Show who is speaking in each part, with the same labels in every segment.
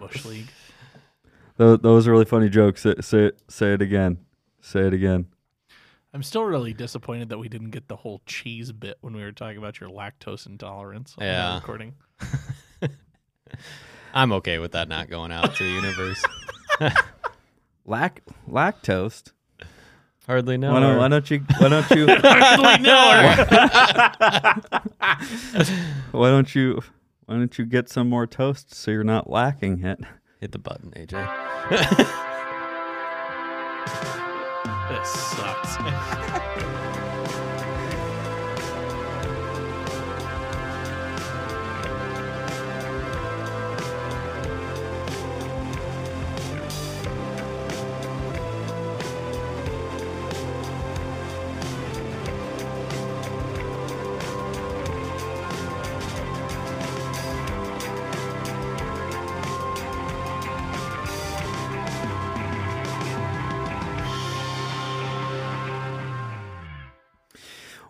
Speaker 1: Bush League.
Speaker 2: Tho- Those are really funny jokes. Say, say, it- say it again. Say it again.
Speaker 1: I'm still really disappointed that we didn't get the whole cheese bit when we were talking about your lactose intolerance on
Speaker 3: Yeah.
Speaker 1: the recording.
Speaker 3: I'm okay with that not going out to the universe.
Speaker 2: Lac lactose.
Speaker 3: Hardly know.
Speaker 2: Why don't,
Speaker 3: her.
Speaker 2: why don't you? Why don't you? why don't you? Why don't you get some more toast so you're not lacking it?
Speaker 3: Hit the button, AJ.
Speaker 1: This sucks.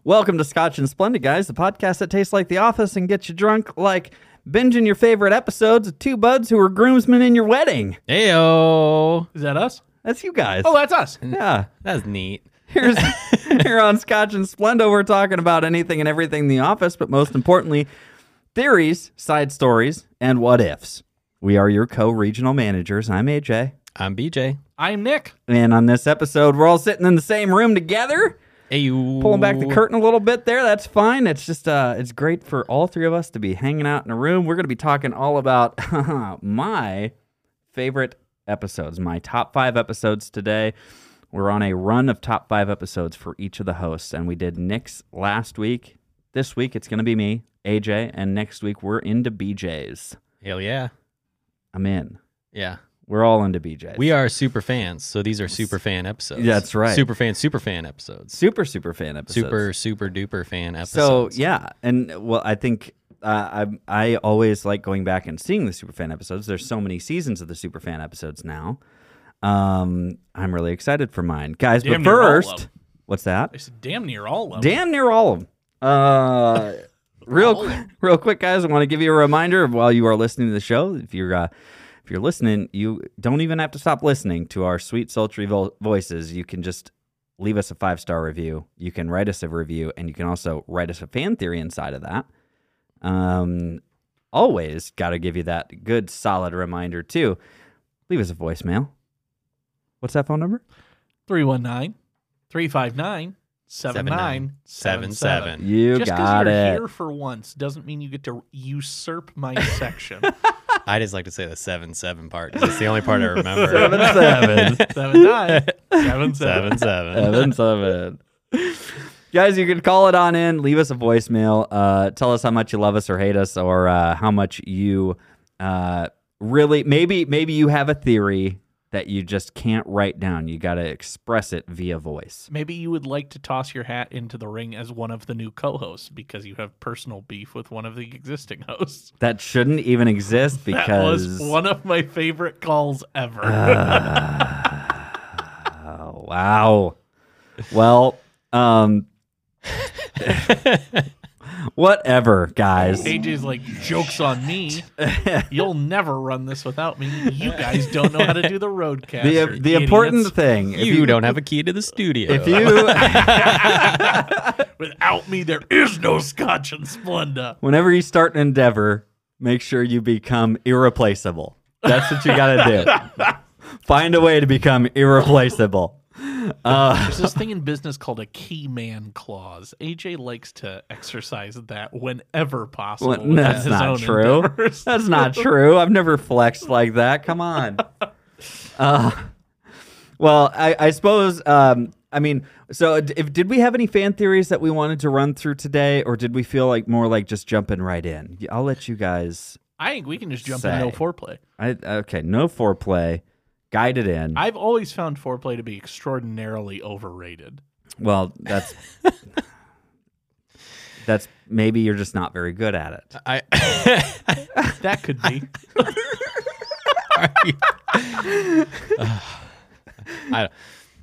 Speaker 2: Welcome to Scotch and Splendid, guys, the podcast that tastes like The Office and gets you drunk like binging your favorite episodes of two buds who were groomsmen in your wedding.
Speaker 3: Ayo.
Speaker 1: Is that us?
Speaker 2: That's you guys.
Speaker 1: Oh, that's us.
Speaker 2: yeah.
Speaker 3: That's neat.
Speaker 2: Here's here on Scotch and Splendo, we're talking about anything and everything in the office, but most importantly, theories, side stories, and what ifs. We are your co-regional managers. I'm AJ,
Speaker 3: I'm BJ.
Speaker 1: I'm Nick.
Speaker 2: and on this episode, we're all sitting in the same room together,
Speaker 3: Ayo.
Speaker 2: pulling back the curtain a little bit there. That's fine. It's just uh, it's great for all three of us to be hanging out in a room. We're gonna be talking all about my favorite episodes, my top five episodes today. We're on a run of top five episodes for each of the hosts, and we did Nick's last week. This week it's going to be me, AJ, and next week we're into BJ's.
Speaker 3: Hell yeah.
Speaker 2: I'm in.
Speaker 3: Yeah.
Speaker 2: We're all into BJ's.
Speaker 3: We are super fans, so these are super fan episodes.
Speaker 2: That's right.
Speaker 3: Super fan, super fan episodes.
Speaker 2: super super fan episodes.
Speaker 3: Super, super duper fan
Speaker 2: So
Speaker 3: episodes.
Speaker 2: yeah, and well, I think uh, I I always like going back and seeing the superfan episodes. There's so many seasons of the superfan episodes now. Um, I'm really excited for mine, guys.
Speaker 1: Damn
Speaker 2: but
Speaker 1: near all of
Speaker 2: first,
Speaker 1: them.
Speaker 2: what's that?
Speaker 1: I said damn near all of them.
Speaker 2: Damn near all of them. Uh, real, qu- real quick, guys. I want to give you a reminder of while you are listening to the show. If you're, uh, if you're listening, you don't even have to stop listening to our sweet, sultry vo- voices. You can just leave us a five star review. You can write us a review, and you can also write us a fan theory inside of that. Um, always got to give you that good, solid reminder too. Leave us a voicemail. What's that phone number?
Speaker 1: 319 359 7977.
Speaker 2: You
Speaker 1: Just
Speaker 2: got
Speaker 1: you're
Speaker 2: it.
Speaker 1: here for once doesn't mean you get to usurp my section.
Speaker 3: I just like to say the seven seven part 'cause it's the only part I remember.
Speaker 2: Seven seven.
Speaker 1: seven nine seven seven.
Speaker 3: seven seven.
Speaker 2: Seven seven. Guys, you can call it on in. Leave us a voicemail. Uh, tell us how much you love us or hate us, or uh, how much you uh, really maybe maybe you have a theory that you just can't write down. You got to express it via voice.
Speaker 1: Maybe you would like to toss your hat into the ring as one of the new co-hosts because you have personal beef with one of the existing hosts.
Speaker 2: That shouldn't even exist
Speaker 1: That
Speaker 2: because. Uh,
Speaker 1: was one of my favorite calls ever.
Speaker 2: Oh, wow. Well, um, whatever, guys.
Speaker 1: AJ's like, jokes on me. You'll never run this without me. You guys don't know how to do the roadcast.
Speaker 2: The,
Speaker 1: you
Speaker 2: uh, the
Speaker 1: idiots."
Speaker 2: important thing, if
Speaker 3: You,
Speaker 2: you
Speaker 3: don't have a key to the studio.
Speaker 2: if you
Speaker 1: without me, there is no Scotch and Splenda.
Speaker 2: whenever you start an endeavor, make sure you become irreplaceable. That's what you gotta do. Find a way to become irreplaceable.
Speaker 1: There's this thing in business called a key man clause. AJ likes to exercise that whenever possible.
Speaker 2: Well,
Speaker 1: within
Speaker 2: that's
Speaker 1: his
Speaker 2: not
Speaker 1: own
Speaker 2: true.
Speaker 1: endeavors.
Speaker 2: That's not true. I've never flexed like that. Come on. Uh, well, I, I suppose. Um, I mean, so d- if, did we have any fan theories that we wanted to run through today, or did we feel like more like just jumping right in? I'll let you guys.
Speaker 1: I think we can just jump
Speaker 2: Say.
Speaker 1: in no foreplay.
Speaker 2: I okay, no foreplay, guided in.
Speaker 1: I've always found foreplay to be extraordinarily overrated.
Speaker 2: Well, that's that's maybe you're just not very good at it.
Speaker 3: I,
Speaker 1: That could be.
Speaker 3: I,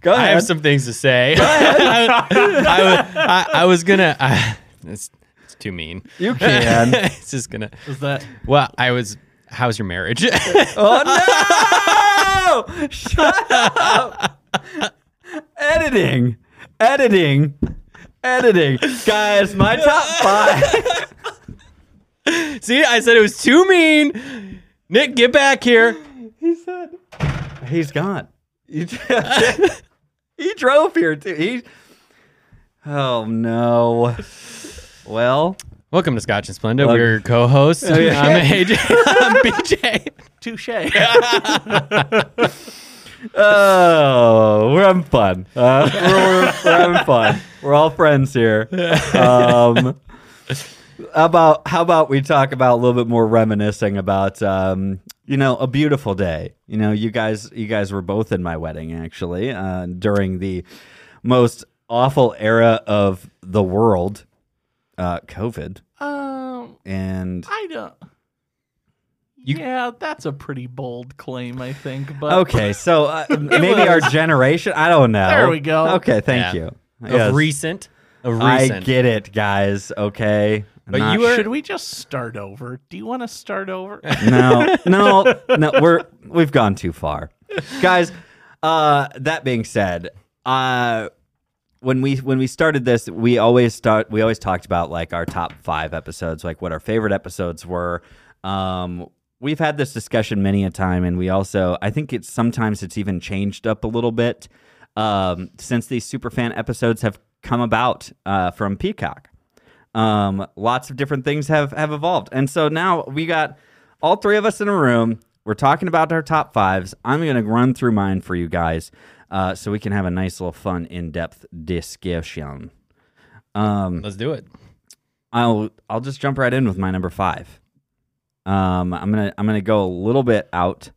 Speaker 2: Go
Speaker 3: I have some things to say. I, was- I- I was gonna. I, it's, it's too mean.
Speaker 2: you can.
Speaker 3: it's just gonna.
Speaker 1: Is that
Speaker 3: Well, I was. how's your marriage?
Speaker 2: Oh no! Shut up! Editing, editing, editing, guys. My top five.
Speaker 3: See, I said it was too mean. Nick, get back here.
Speaker 2: He said he's gone. He, he drove here too. He. Oh no. Well,
Speaker 3: Welcome to Scotch and Splenda. We're your co-hosts. I'm AJ. I'm BJ.
Speaker 1: Touche.
Speaker 2: oh, we're having fun. Uh, we're, we're, we're having fun. We're all friends here. Um, how about how about we talk about a little bit more reminiscing about um, you know a beautiful day. You know, you guys you guys were both in my wedding actually uh, during the most awful era of the world, uh, COVID,
Speaker 1: um,
Speaker 2: and
Speaker 1: I don't. yeah, that's a pretty bold claim, I think. But
Speaker 2: okay, so uh, maybe our generation. I don't know.
Speaker 1: There we go.
Speaker 2: Okay, thank
Speaker 3: Yeah.
Speaker 2: you.
Speaker 3: Of
Speaker 2: Yes.
Speaker 3: recent. Of
Speaker 2: I
Speaker 3: recent.
Speaker 2: get it, guys. Okay. I'm
Speaker 3: But
Speaker 2: not-
Speaker 3: you were-
Speaker 1: should we just start over? Do you want to start over?
Speaker 2: no, no, no. We're we've gone too far, guys. Uh, that being said, uh, when we when we started this, we always start we always talked about like our top five episodes, like what our favorite episodes were. Um, we've had this discussion many a time, and we also I think it's sometimes it's even changed up a little bit um, since these superfan episodes have come about uh, from Peacock um, lots of different things have have evolved and so now we got all three of us in a room we're talking about our top fives i'm going to run through mine for you guys uh, so we can have a nice little fun in-depth discussion um,
Speaker 3: Let's do it.
Speaker 2: i'll i'll just jump right in with my number five um, i'm gonna i'm gonna go a little bit out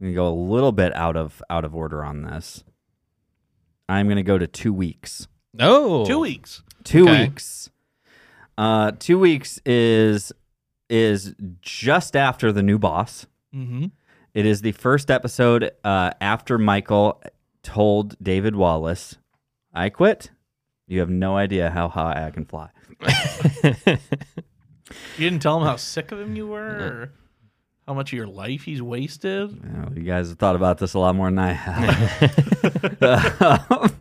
Speaker 2: i'm gonna go a little bit out of out of order on this i'm gonna go to two weeks
Speaker 3: Oh.
Speaker 1: Two weeks.
Speaker 2: Two
Speaker 3: Okay.
Speaker 2: weeks. Uh, two weeks is is just after the new boss.
Speaker 1: Mm-hmm.
Speaker 2: It is the first episode uh, after Michael told David Wallace, "I quit." You have no idea how high I can fly.
Speaker 1: You didn't tell him how sick of him you were, or how much of your life he's wasted.
Speaker 2: You, know, you guys have thought about this a lot more than I have.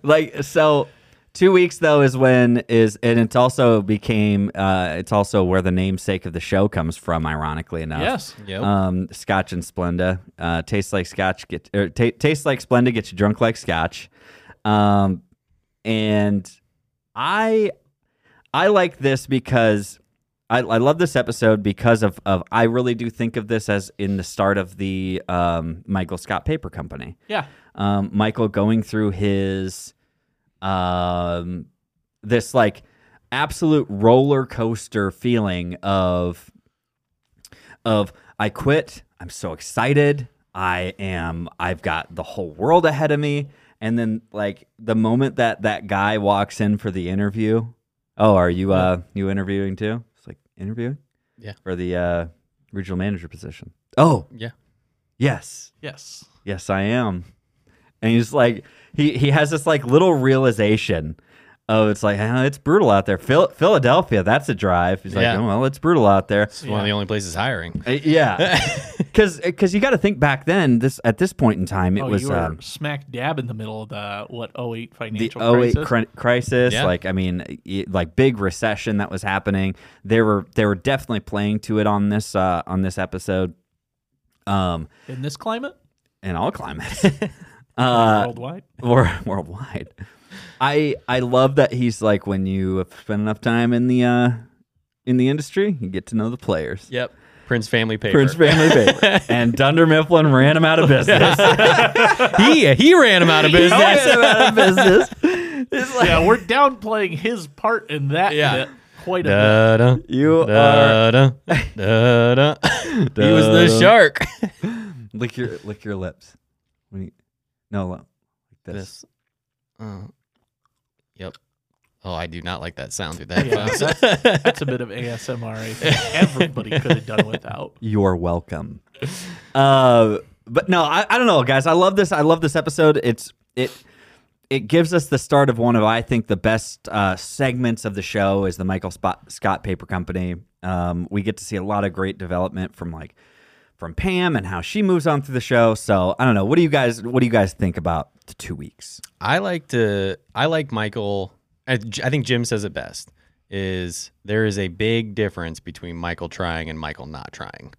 Speaker 2: like so, two weeks though is when is and it's also became uh, it's also where the namesake of the show comes from. Ironically enough,
Speaker 1: Yes.
Speaker 3: Yep.
Speaker 2: Um, scotch and Splenda. Uh, tastes like Scotch. Get or ta tastes like Splenda. Gets you drunk like Scotch. Um, and I, I like this because I, I love this episode because of of I really do think of this as in the start of the um, Michael Scott Paper Company.
Speaker 1: Yeah.
Speaker 2: Um, Michael going through his um, this like absolute roller coaster feeling of of I quit. I'm so excited. I am. I've got the whole world ahead of me. And then like the moment that that guy walks in for the interview. Oh, are you uh you interviewing too? It's like interviewing.
Speaker 3: Yeah.
Speaker 2: For the uh, regional manager position. Oh
Speaker 3: yeah.
Speaker 2: yes,
Speaker 1: Yes.
Speaker 2: yes I am. And he's like he he has this like little realization. of it's like "Ah, it's brutal out there. Phil- Philadelphia, that's a drive. He's like,
Speaker 3: Yeah.
Speaker 2: oh well, it's brutal out there.
Speaker 3: It's one of the only places hiring.
Speaker 2: Uh, yeah, because you got to think back then. This at this point in time, it
Speaker 1: oh,
Speaker 2: was
Speaker 1: you were
Speaker 2: um,
Speaker 1: smack dab in the middle of the what 08
Speaker 2: the
Speaker 1: financial
Speaker 2: 08
Speaker 1: crisis.
Speaker 2: cri- crisis.
Speaker 3: Yeah.
Speaker 2: Like I mean, y- like big recession that was happening. They were they were definitely playing to it on this uh, on this episode. Um,
Speaker 1: in this climate,
Speaker 2: in all climates, uh,
Speaker 1: worldwide.
Speaker 2: or worldwide. I I love that he's like when you have spent enough time in the uh, in the industry, you get to know the players.
Speaker 3: Yep. Prince family paper.
Speaker 2: Prince Family Paper. and Dunder Mifflin ran him out of business.
Speaker 3: he he ran him out of business.
Speaker 2: Talking about a business. It's like,
Speaker 1: yeah, we're downplaying his part in that
Speaker 3: Yeah.
Speaker 1: bit quite a bit.
Speaker 3: Da, da,
Speaker 2: You
Speaker 3: da, da, da, da. He was the
Speaker 2: Da-da.
Speaker 3: shark.
Speaker 2: lick your lick your lips. When you- no, like this.
Speaker 3: This. Oh. Yep. Oh, I do not like that sound through
Speaker 1: Yeah,
Speaker 3: that.
Speaker 1: That's a bit of ASMR I think everybody could have done without.
Speaker 2: You're welcome. uh, but no, I, I don't know, guys. I love this. I love this episode. It's it. it gives us the start of one of I think the best uh, segments of the show is the Michael Spot- Scott Paper Company. Um, we get to see a lot of great development from like from Pam and how she moves on through the show. So I don't know. What do you guys What do you guys think about the two weeks?
Speaker 3: I like to. I like Michael. I, J- I think Jim says it best. Is there is a big difference between Michael trying and Michael not trying,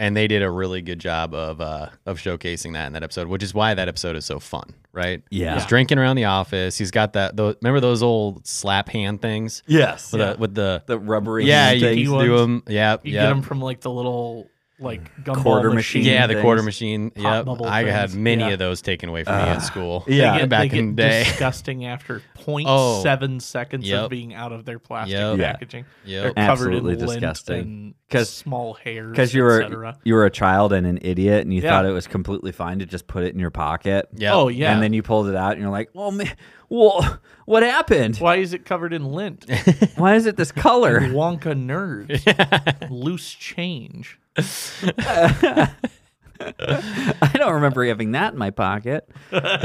Speaker 3: and they did a really good job of uh, of showcasing that in that episode, which is why that episode is so fun, right?
Speaker 2: Yeah.
Speaker 3: he's drinking around the office. He's got that. Those, remember those old slap hand things
Speaker 2: Yes.
Speaker 3: with the with the
Speaker 2: The rubbery
Speaker 3: yeah,
Speaker 2: hand
Speaker 3: you,
Speaker 2: things.
Speaker 1: things.
Speaker 3: you do them. Yeah,
Speaker 1: You
Speaker 3: yeah.
Speaker 1: get them from like the little like gumball
Speaker 2: Quarter
Speaker 1: machine.
Speaker 2: machine.
Speaker 3: Yeah, the
Speaker 2: things.
Speaker 3: quarter machine.
Speaker 1: Pop
Speaker 3: Yeah,
Speaker 1: bubble
Speaker 3: I had
Speaker 1: things.
Speaker 3: many
Speaker 1: Yeah.
Speaker 3: of those taken away from me at school.
Speaker 1: Ah. They
Speaker 2: Yeah.
Speaker 1: get,
Speaker 3: back
Speaker 1: they
Speaker 3: in
Speaker 1: get
Speaker 3: the day.
Speaker 1: disgusting after 0.7
Speaker 3: Oh.
Speaker 1: seconds
Speaker 3: Yep.
Speaker 1: of being out of their plastic
Speaker 3: Yep.
Speaker 2: Yeah.
Speaker 1: packaging.
Speaker 3: Yep.
Speaker 1: They're covered
Speaker 2: Absolutely
Speaker 1: in lint
Speaker 2: disgusting.
Speaker 1: and
Speaker 2: 'Cause-
Speaker 1: small hairs,
Speaker 2: Because you were
Speaker 1: etc.
Speaker 2: you were a child and an idiot, and you
Speaker 1: Yeah.
Speaker 2: thought it was completely fine to just put it in your pocket.
Speaker 3: Yeah.
Speaker 1: Oh yeah.
Speaker 2: And then you pulled it out, and you're like, "Well, man, well, what happened?
Speaker 1: why is it covered in lint?
Speaker 2: Why is it this color?"
Speaker 1: Wonka nerds, loose change.
Speaker 2: I don't remember having that in my pocket.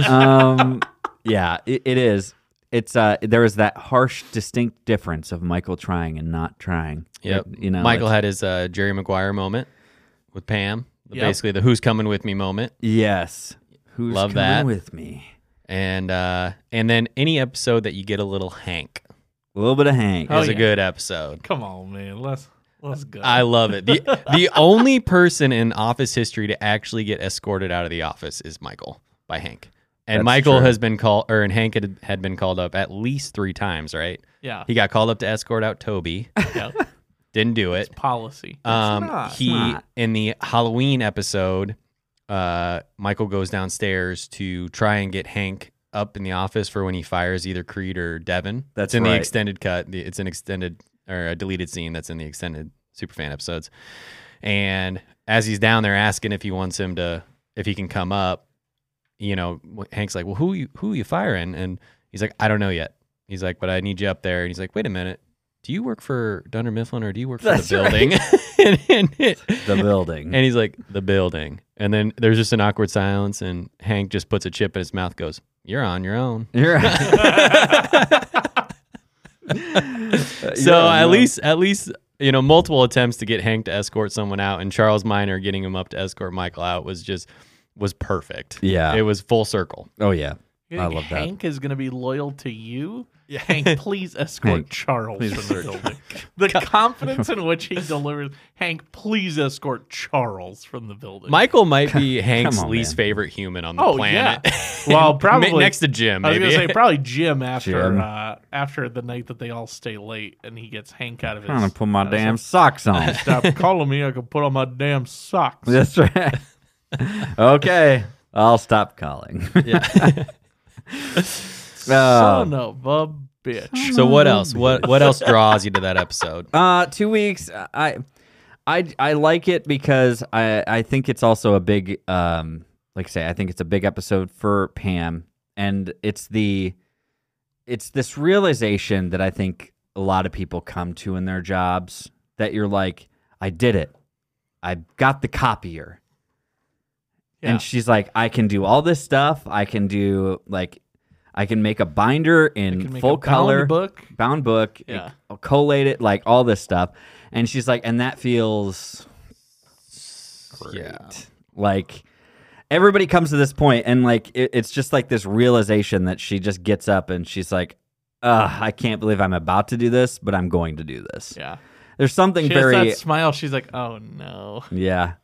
Speaker 2: Um, yeah, it, it is. It's uh, there is that harsh, distinct difference of Michael trying and not trying.
Speaker 3: Yep.
Speaker 2: It- you know,
Speaker 3: Michael
Speaker 2: it's-
Speaker 3: had his uh, Jerry Maguire moment with Pam,
Speaker 1: Yep.
Speaker 3: basically the "Who's coming with me" moment,
Speaker 2: yes. Who's
Speaker 3: Love
Speaker 2: coming
Speaker 3: that.
Speaker 2: with me?
Speaker 3: and uh, and then any episode that you get a little Hank
Speaker 2: A little bit of Hank.
Speaker 1: Oh,
Speaker 3: is a
Speaker 1: yeah.
Speaker 3: good episode.
Speaker 1: Come on, man. Let's let's go.
Speaker 3: I love it. the The only person in office history to actually get escorted out of the office is Michael by Hank, and
Speaker 2: That's
Speaker 3: Michael
Speaker 2: true.
Speaker 3: has been called, or and Hank had, had been called up at least three times. Right,
Speaker 1: yeah.
Speaker 3: he got called up to escort out Toby,
Speaker 1: yeah.
Speaker 3: didn't do it.
Speaker 1: Policy.
Speaker 3: Um,
Speaker 2: not.
Speaker 3: he
Speaker 2: It's not.
Speaker 3: in the Halloween episode, uh, Michael goes downstairs to try and get Hank up in the office for when he fires either Creed or Devin.
Speaker 2: That's
Speaker 3: it's in the
Speaker 2: right.
Speaker 3: extended cut. The- It's an extended or a deleted scene that's in the extended Superfan episodes. And as he's down there asking if he wants him to, if he can come up, you know, Hank's like, "Well, who you who you firing?" And he's like, "I don't know yet." He's like, "But I need you up there." And he's like, "Wait a minute." Do you work for Dunder Mifflin or do you work for
Speaker 2: That's
Speaker 3: the
Speaker 2: right.
Speaker 3: building? and, and it-
Speaker 2: the building.
Speaker 3: and he's like, the building. And then there's just an awkward silence, and Hank just puts a chip in his mouth, goes, You're on your own.
Speaker 2: You're right.
Speaker 3: so at least, at least, you know, multiple attempts to get Hank to escort someone out, and Charles Minor getting him up to escort Michael out was just, was perfect.
Speaker 2: Yeah.
Speaker 3: It was full circle.
Speaker 2: oh yeah,
Speaker 1: You
Speaker 2: I
Speaker 1: think
Speaker 2: love that.
Speaker 1: Hank is going to be loyal to you. Hank, please escort
Speaker 2: Hank,
Speaker 1: Charles from the building. The confidence in which he delivers. Hank, please escort Charles from the building.
Speaker 3: Michael might be Hank's
Speaker 2: on,
Speaker 3: least
Speaker 2: man.
Speaker 3: favorite human on the
Speaker 1: oh
Speaker 3: planet.
Speaker 1: yeah. Well, probably
Speaker 3: next to Jim.
Speaker 1: I was
Speaker 3: Maybe.
Speaker 1: gonna say probably Jim after
Speaker 2: Jim.
Speaker 1: Uh, after the night that they all stay late and he gets Hank out of his.
Speaker 2: trying to put my
Speaker 1: out of his-
Speaker 2: damn socks on.
Speaker 1: Stop calling me! I can put on my damn socks.
Speaker 2: That's right. okay, I'll stop calling. Um,
Speaker 1: Son of a bitch.
Speaker 3: so what else? What what else draws you to that episode?
Speaker 2: Uh, two weeks. I, I, I like it because I, I think it's also a big, um, like I say, I think it's a big episode for Pam, and it's the, it's this realization that I think a lot of people come to in their jobs that you're like, I did it, I got the copier,
Speaker 1: Yeah.
Speaker 2: and she's like, I can do all this stuff. I can do like, I can make a binder
Speaker 1: You
Speaker 2: in
Speaker 1: can make
Speaker 2: full
Speaker 1: a bound
Speaker 2: color
Speaker 1: book.
Speaker 2: bound book,
Speaker 1: Yeah.
Speaker 2: it- collate it, like all this stuff. And she's like, and that feels great.
Speaker 3: Yeah.
Speaker 2: Like everybody comes to this point, and like it, it's just like this realization that she just gets up and she's like, Ugh, I can't believe I'm about to do this, but I'm going to do this.
Speaker 1: Yeah.
Speaker 2: There's something
Speaker 1: She has
Speaker 2: very
Speaker 1: that smile. She's like, oh no.
Speaker 2: yeah.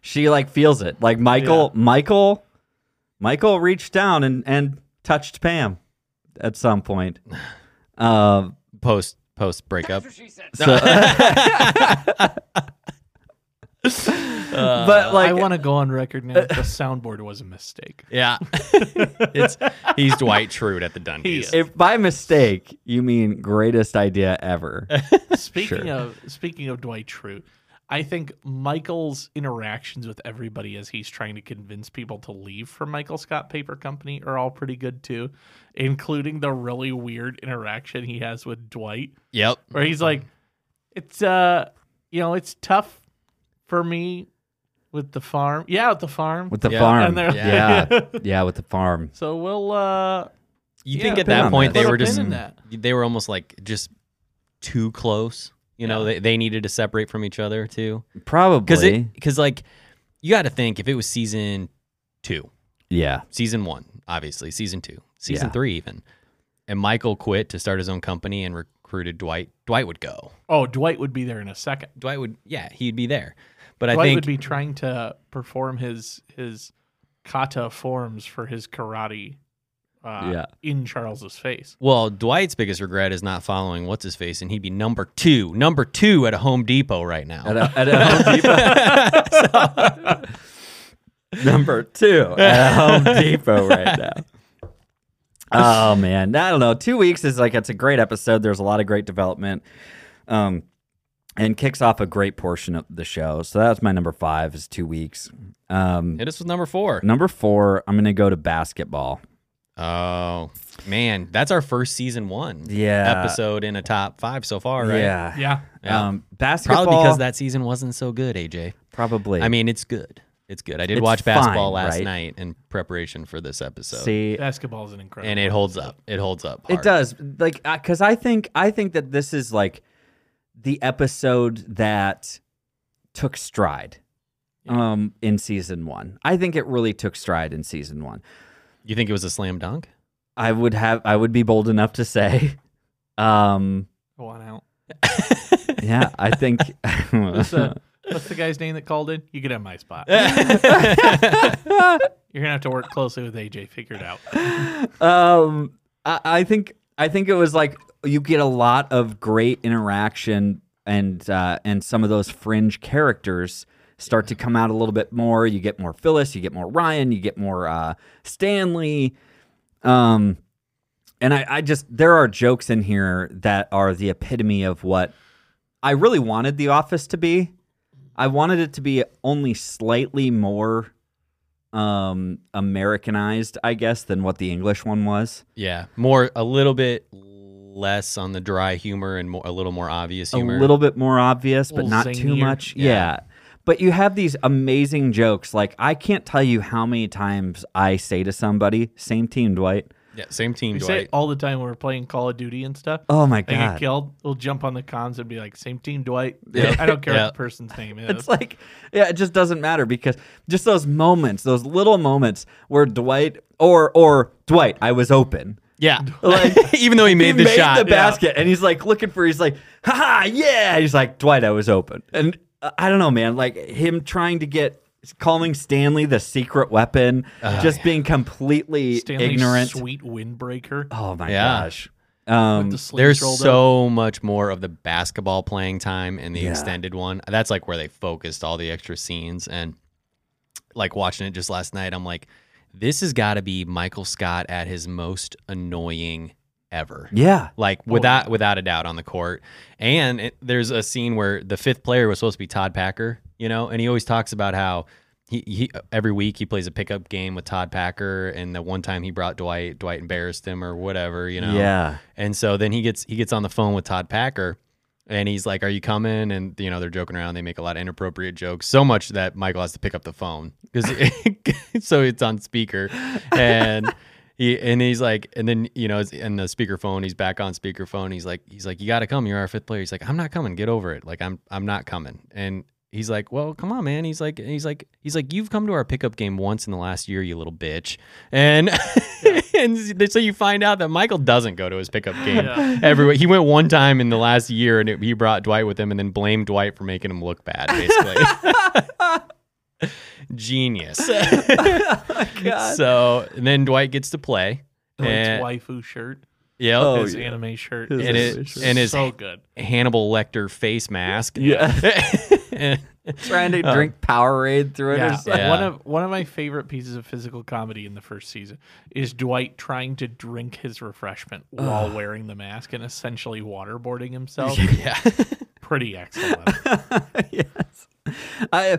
Speaker 2: She like feels it. Like Michael, Michael, Michael reached down and and touched Pam at some point. Um.
Speaker 3: Post post breakup.
Speaker 2: So, but like
Speaker 1: Uh, I want to go on record now. that the soundboard was a mistake.
Speaker 3: Yeah. it's he's Dwight Schrute at the Dundies.
Speaker 2: if by mistake you mean greatest idea ever,
Speaker 1: Speaking of speaking of Dwight Schrute, I think Michael's interactions with everybody as he's trying to convince people to leave from Michael Scott Paper Company are all pretty good too, including the really weird interaction he has with Dwight,
Speaker 3: Yep.
Speaker 1: where he's like, "It's uh, you know, it's tough for me with the farm. Yeah, with the farm.
Speaker 2: with the
Speaker 3: Yeah.
Speaker 2: farm,
Speaker 1: And they're-
Speaker 2: yeah, yeah, with the farm.
Speaker 1: so we'll uh,
Speaker 3: You
Speaker 1: Yeah,
Speaker 3: think at
Speaker 2: pin
Speaker 3: that
Speaker 2: on
Speaker 3: point
Speaker 2: that.
Speaker 3: they
Speaker 1: Put a
Speaker 3: were
Speaker 1: pin
Speaker 3: just
Speaker 1: in that.
Speaker 3: they were almost like just too close. You know,
Speaker 1: Yeah.
Speaker 3: they, they needed to separate from each other too. Because
Speaker 2: Probably.
Speaker 3: it because like you got to think if it was season two,
Speaker 2: yeah.
Speaker 3: season one, obviously season two, season
Speaker 2: Yeah.
Speaker 3: three even, and Michael quit to start his own company and recruited Dwight. Dwight would go.
Speaker 1: Oh, Dwight would be there in a second.
Speaker 3: Dwight would yeah he'd be there. But I
Speaker 1: Dwight
Speaker 3: think
Speaker 1: would be trying to perform his his kata forms for his karate uh,
Speaker 2: Yeah.
Speaker 1: in Charles's face.
Speaker 3: Well, Dwight's biggest regret is not following what's his face, and he'd be number two, number two at a Home Depot right
Speaker 2: At
Speaker 3: now.
Speaker 2: a, at a Home Depot. Number two at a Home Depot right now. Oh man, I don't know. Two weeks is like it's a great episode. There's a lot of great development, um, and kicks off a great portion of the show. So that's my number five is two weeks. Um,
Speaker 3: Hit us with number four.
Speaker 2: number four, I'm gonna go to basketball.
Speaker 3: Oh man, that's our first season one
Speaker 2: Yeah.
Speaker 3: episode in a top five so far, right?
Speaker 2: Yeah.
Speaker 1: Yeah.
Speaker 3: Yeah.
Speaker 2: Um, basketball.
Speaker 3: Probably because that season wasn't so good, AJ.
Speaker 2: Probably.
Speaker 3: I mean, it's good. It's good. I did
Speaker 2: It's
Speaker 3: watch basketball
Speaker 2: fine,
Speaker 3: last
Speaker 2: right?
Speaker 3: night in preparation for this episode,
Speaker 2: see,
Speaker 1: Basketball is an incredible.
Speaker 3: and it holds up. It holds up.
Speaker 2: It
Speaker 3: hard.
Speaker 2: does, like, because I think I think that this is like the episode that took stride um in season one. I think it really took stride in season one.
Speaker 3: You think it was a slam dunk?
Speaker 2: I would have, I would be bold enough to say, um,
Speaker 1: Go on out.
Speaker 2: yeah, I think
Speaker 1: What's the, what's the guy's name that called in? You could have my spot. You're gonna have to work closely with AJ. Figure it out.
Speaker 2: um, I, I think I think it was like you get a lot of great interaction, and uh, and some of those fringe characters start to come out a little bit more. You get more Phyllis, you get more Ryan, you get more uh, Stanley. Um, and I, I just there are jokes in here that are the epitome of what I really wanted The Office to be. I wanted it to be only slightly more um Americanized, I guess, than what the English one was.
Speaker 3: Yeah, more a little bit less on the dry humor and more, a little more obvious humor.
Speaker 2: A little bit more obvious, but
Speaker 1: Little
Speaker 2: not too
Speaker 1: zingier.
Speaker 2: much. Yeah.
Speaker 3: Yeah.
Speaker 2: But you have these amazing jokes. Like I can't tell you how many times I say to somebody, same team, Dwight.
Speaker 3: Yeah, same team,
Speaker 1: We
Speaker 3: Dwight.
Speaker 1: say it all the time when we're playing Call of Duty and stuff.
Speaker 2: Oh my
Speaker 1: They get
Speaker 2: god.
Speaker 1: killed. We'll jump on the cons and be like, "Same team, Dwight." I don't care
Speaker 3: Yeah.
Speaker 1: what the person's name is.
Speaker 2: It's like, yeah, it just doesn't matter because just those moments, those little moments where Dwight or or Dwight, I was open.
Speaker 3: yeah,
Speaker 2: Like
Speaker 3: even though he made the
Speaker 2: made
Speaker 3: shot,
Speaker 2: the basket, and he's like looking for. He's like, ha ha, yeah. He's like, Dwight, I was open, and uh, I don't know, man. Like him trying to get calling Stanley the secret weapon, just being completely
Speaker 1: Stanley's
Speaker 2: ignorant.
Speaker 1: sweet windbreaker.
Speaker 2: oh my
Speaker 3: Yeah.
Speaker 2: gosh. Um,
Speaker 1: with the sleeves
Speaker 3: There's
Speaker 1: rolled up.
Speaker 3: so much more of the basketball playing time in the
Speaker 2: Yeah.
Speaker 3: extended one. That's like where they focused all the extra scenes and like watching it just last night. I'm like, this has got to be Michael Scott at his most annoying ever.
Speaker 2: yeah,
Speaker 3: like without without a doubt on the court. And it, there's a scene where the fifth player was supposed to be Todd Packer, you know, and he always talks about how he, he every week he plays a pickup game with Todd Packer, and the one time he brought Dwight, Dwight embarrassed him or whatever, you know.
Speaker 2: yeah.
Speaker 3: And so then he gets he gets on the phone with Todd Packer and he's like, Are you coming? And you know, they're joking around. They make a lot of inappropriate jokes, so much that Michael has to pick up the phone. Because so it's on speaker. And he and he's like, and then you know, it's in the speakerphone, he's back on speakerphone. He's like, he's like, You gotta come, you're our fifth player. He's like, I'm not coming, get over it. Like I'm I'm not coming. And He's like, well, come on, man. He's like, he's like, he's like, you've come to our pickup game once in the last year, you little bitch, and and so you find out that Michael doesn't go to his pickup game
Speaker 1: Yeah.
Speaker 3: everywhere. He went one time in the last year, and it, he brought Dwight with him, and then blamed Dwight for making him look bad. Basically, genius.
Speaker 2: Oh God.
Speaker 3: so and then Dwight gets to play.
Speaker 1: Dwight's
Speaker 3: And-
Speaker 1: waifu shirt,
Speaker 3: Yeah,
Speaker 2: Oh,
Speaker 1: his
Speaker 2: yeah.
Speaker 1: anime shirt,
Speaker 2: His
Speaker 1: is
Speaker 3: and
Speaker 2: anime
Speaker 3: it
Speaker 2: shirt.
Speaker 3: and his
Speaker 1: so good.
Speaker 3: Hannibal Lecter face mask.
Speaker 2: Yeah. Trying to drink Powerade through it. Or
Speaker 1: Yeah.
Speaker 2: something.
Speaker 3: Yeah.
Speaker 1: one of one of my favorite pieces of physical comedy in the first season is Dwight trying to drink his refreshment while wearing the mask and essentially waterboarding himself.
Speaker 3: yeah.
Speaker 1: Pretty excellent.
Speaker 2: yes. I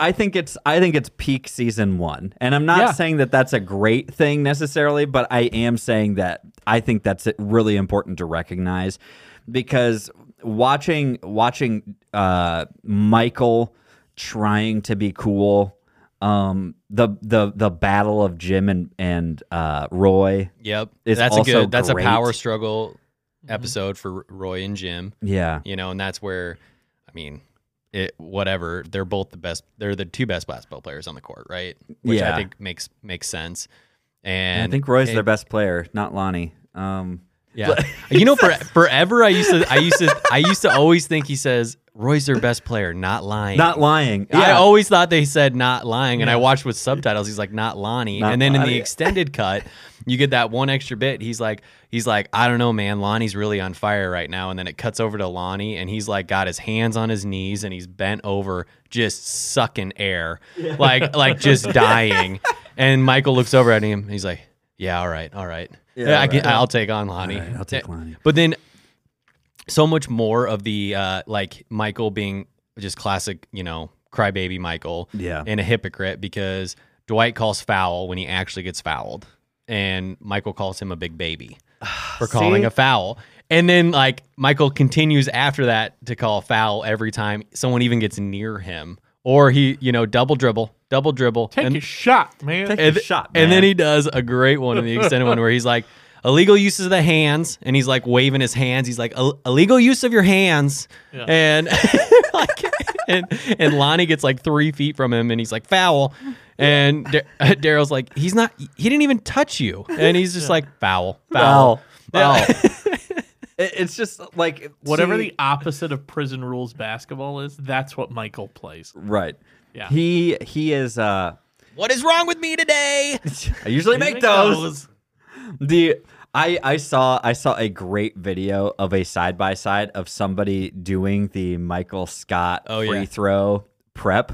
Speaker 2: I think it's I think it's peak season 1. And I'm not
Speaker 1: Yeah.
Speaker 2: saying that that's a great thing necessarily, but I am saying that I think that's really important to recognize because watching watching uh Michael trying to be cool Um, the the the battle of Jim and and uh, Roy.
Speaker 3: Yep.
Speaker 2: It's
Speaker 3: that's
Speaker 2: also
Speaker 3: a good that's
Speaker 2: great.
Speaker 3: a power struggle
Speaker 2: Mm-hmm.
Speaker 3: episode for Roy and Jim,
Speaker 2: Yeah,
Speaker 3: you know, and that's where I mean, it whatever, they're both the best they're the two best basketball players on the court, right? Which
Speaker 2: Yeah.
Speaker 3: I think makes makes sense.
Speaker 2: and I
Speaker 3: And
Speaker 2: think Roy's
Speaker 3: it-
Speaker 2: their best player, not Lonnie. Um,
Speaker 3: Yeah. you know, for, forever I used to I used to I used to always think he says Roy's their best player, not lying.
Speaker 2: not lying.
Speaker 3: I
Speaker 2: Yeah.
Speaker 3: always thought they said not lying, and I watched with subtitles. He's like not Lonnie,
Speaker 2: Not
Speaker 3: and then in
Speaker 2: Lonnie.
Speaker 3: the extended cut, you get that one extra bit. He's like, he's like, I don't know, man. Lonnie's really on fire right now, and then it cuts over to Lonnie, and he's like got his hands on his knees, and he's bent over, just sucking air, like like just dying. And Michael looks over at him. He's like, Yeah, all right, all right.
Speaker 2: Yeah,
Speaker 3: Yeah,
Speaker 2: all
Speaker 3: I can,
Speaker 2: right.
Speaker 3: I'll take on Lonnie. Eh,
Speaker 2: All right, I'll take Lonnie.
Speaker 3: But then so much more of the uh like Michael being just classic, you know, crybaby Michael
Speaker 2: Yeah.
Speaker 3: and a hypocrite because Dwight calls foul when he actually gets fouled and Michael calls him a big baby for calling
Speaker 2: See?
Speaker 3: a foul. And then like Michael continues after that to call foul every time someone even gets near him or he, you know, double dribble, double dribble
Speaker 1: Take
Speaker 3: and
Speaker 1: a shot, man.
Speaker 2: Take
Speaker 3: and,
Speaker 2: a shot,
Speaker 3: and then
Speaker 2: man.
Speaker 3: he does a great one in the extended one where he's like, illegal use of the hands, and he's like waving his hands. He's like, "Ill- illegal use of your hands,
Speaker 1: Yeah.
Speaker 3: and like, and and Lonnie gets like three feet from him, and he's like foul, and Dar- Daryl's like, he's not, he didn't even touch you, and he's just like foul, foul.
Speaker 2: Wow.
Speaker 3: Yeah.
Speaker 2: It- it's just like
Speaker 1: Whatever
Speaker 2: see-
Speaker 1: the opposite of prison rules basketball is, that's what Michael plays.
Speaker 2: right.
Speaker 1: Yeah.
Speaker 2: He he is. uh
Speaker 3: What is wrong with me today?
Speaker 2: I usually make those. The I I saw I saw a great video of a side by side of somebody doing the Michael Scott
Speaker 3: Oh,
Speaker 2: free
Speaker 3: yeah.
Speaker 2: throw prep.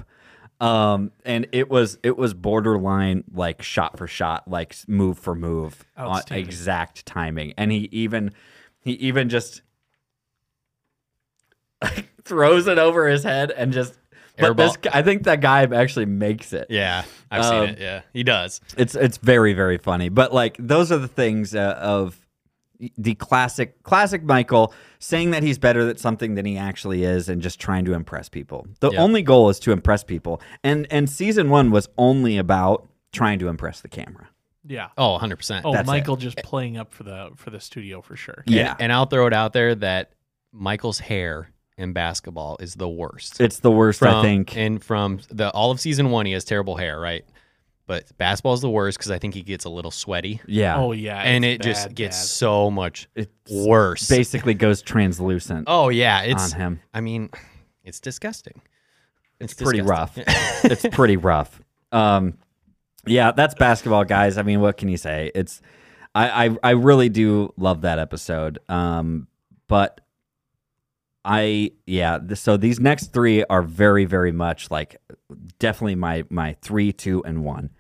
Speaker 2: Um and it was it was borderline like shot for shot like s- move for move on
Speaker 1: Outstanding.
Speaker 2: exact timing and he even he even just throws it over his head and just but this
Speaker 3: Airball.
Speaker 2: g- I think that guy actually makes it
Speaker 3: Yeah, I've
Speaker 2: Um,
Speaker 3: seen it. Yeah, he does.
Speaker 2: it's it's very very funny but like those are the things uh, of the classic classic michael saying that he's better at something than he actually is and just trying to impress people the
Speaker 3: Yeah.
Speaker 2: only goal is to impress people and and season one was only about trying to impress the camera
Speaker 1: Yeah.
Speaker 3: Oh, 100 percent.
Speaker 1: Oh,
Speaker 2: That's it.
Speaker 1: Michael just playing up for the for the studio for sure.
Speaker 2: yeah
Speaker 3: And, and I'll throw it out there that Michael's hair in basketball is the worst.
Speaker 2: it's the worst
Speaker 3: From,
Speaker 2: i think
Speaker 3: And from the all of season one, he has terrible hair, right? But basketball is the worst because I think he gets a little sweaty,
Speaker 2: yeah
Speaker 1: Oh yeah.
Speaker 3: and it
Speaker 1: it's
Speaker 3: just
Speaker 1: bad,
Speaker 3: gets
Speaker 1: bad.
Speaker 3: so much
Speaker 2: it
Speaker 3: worse.
Speaker 2: basically goes translucent
Speaker 3: oh yeah, it's.
Speaker 2: on him
Speaker 3: I mean, it's disgusting. It's,
Speaker 2: pretty
Speaker 3: disgusting.
Speaker 2: it's pretty rough. Um, yeah, that's basketball, guys. I mean, what can you say? It's I I, I really do love that episode. Um, but I yeah, th- so these next three are very very much like definitely my my three, two, and one.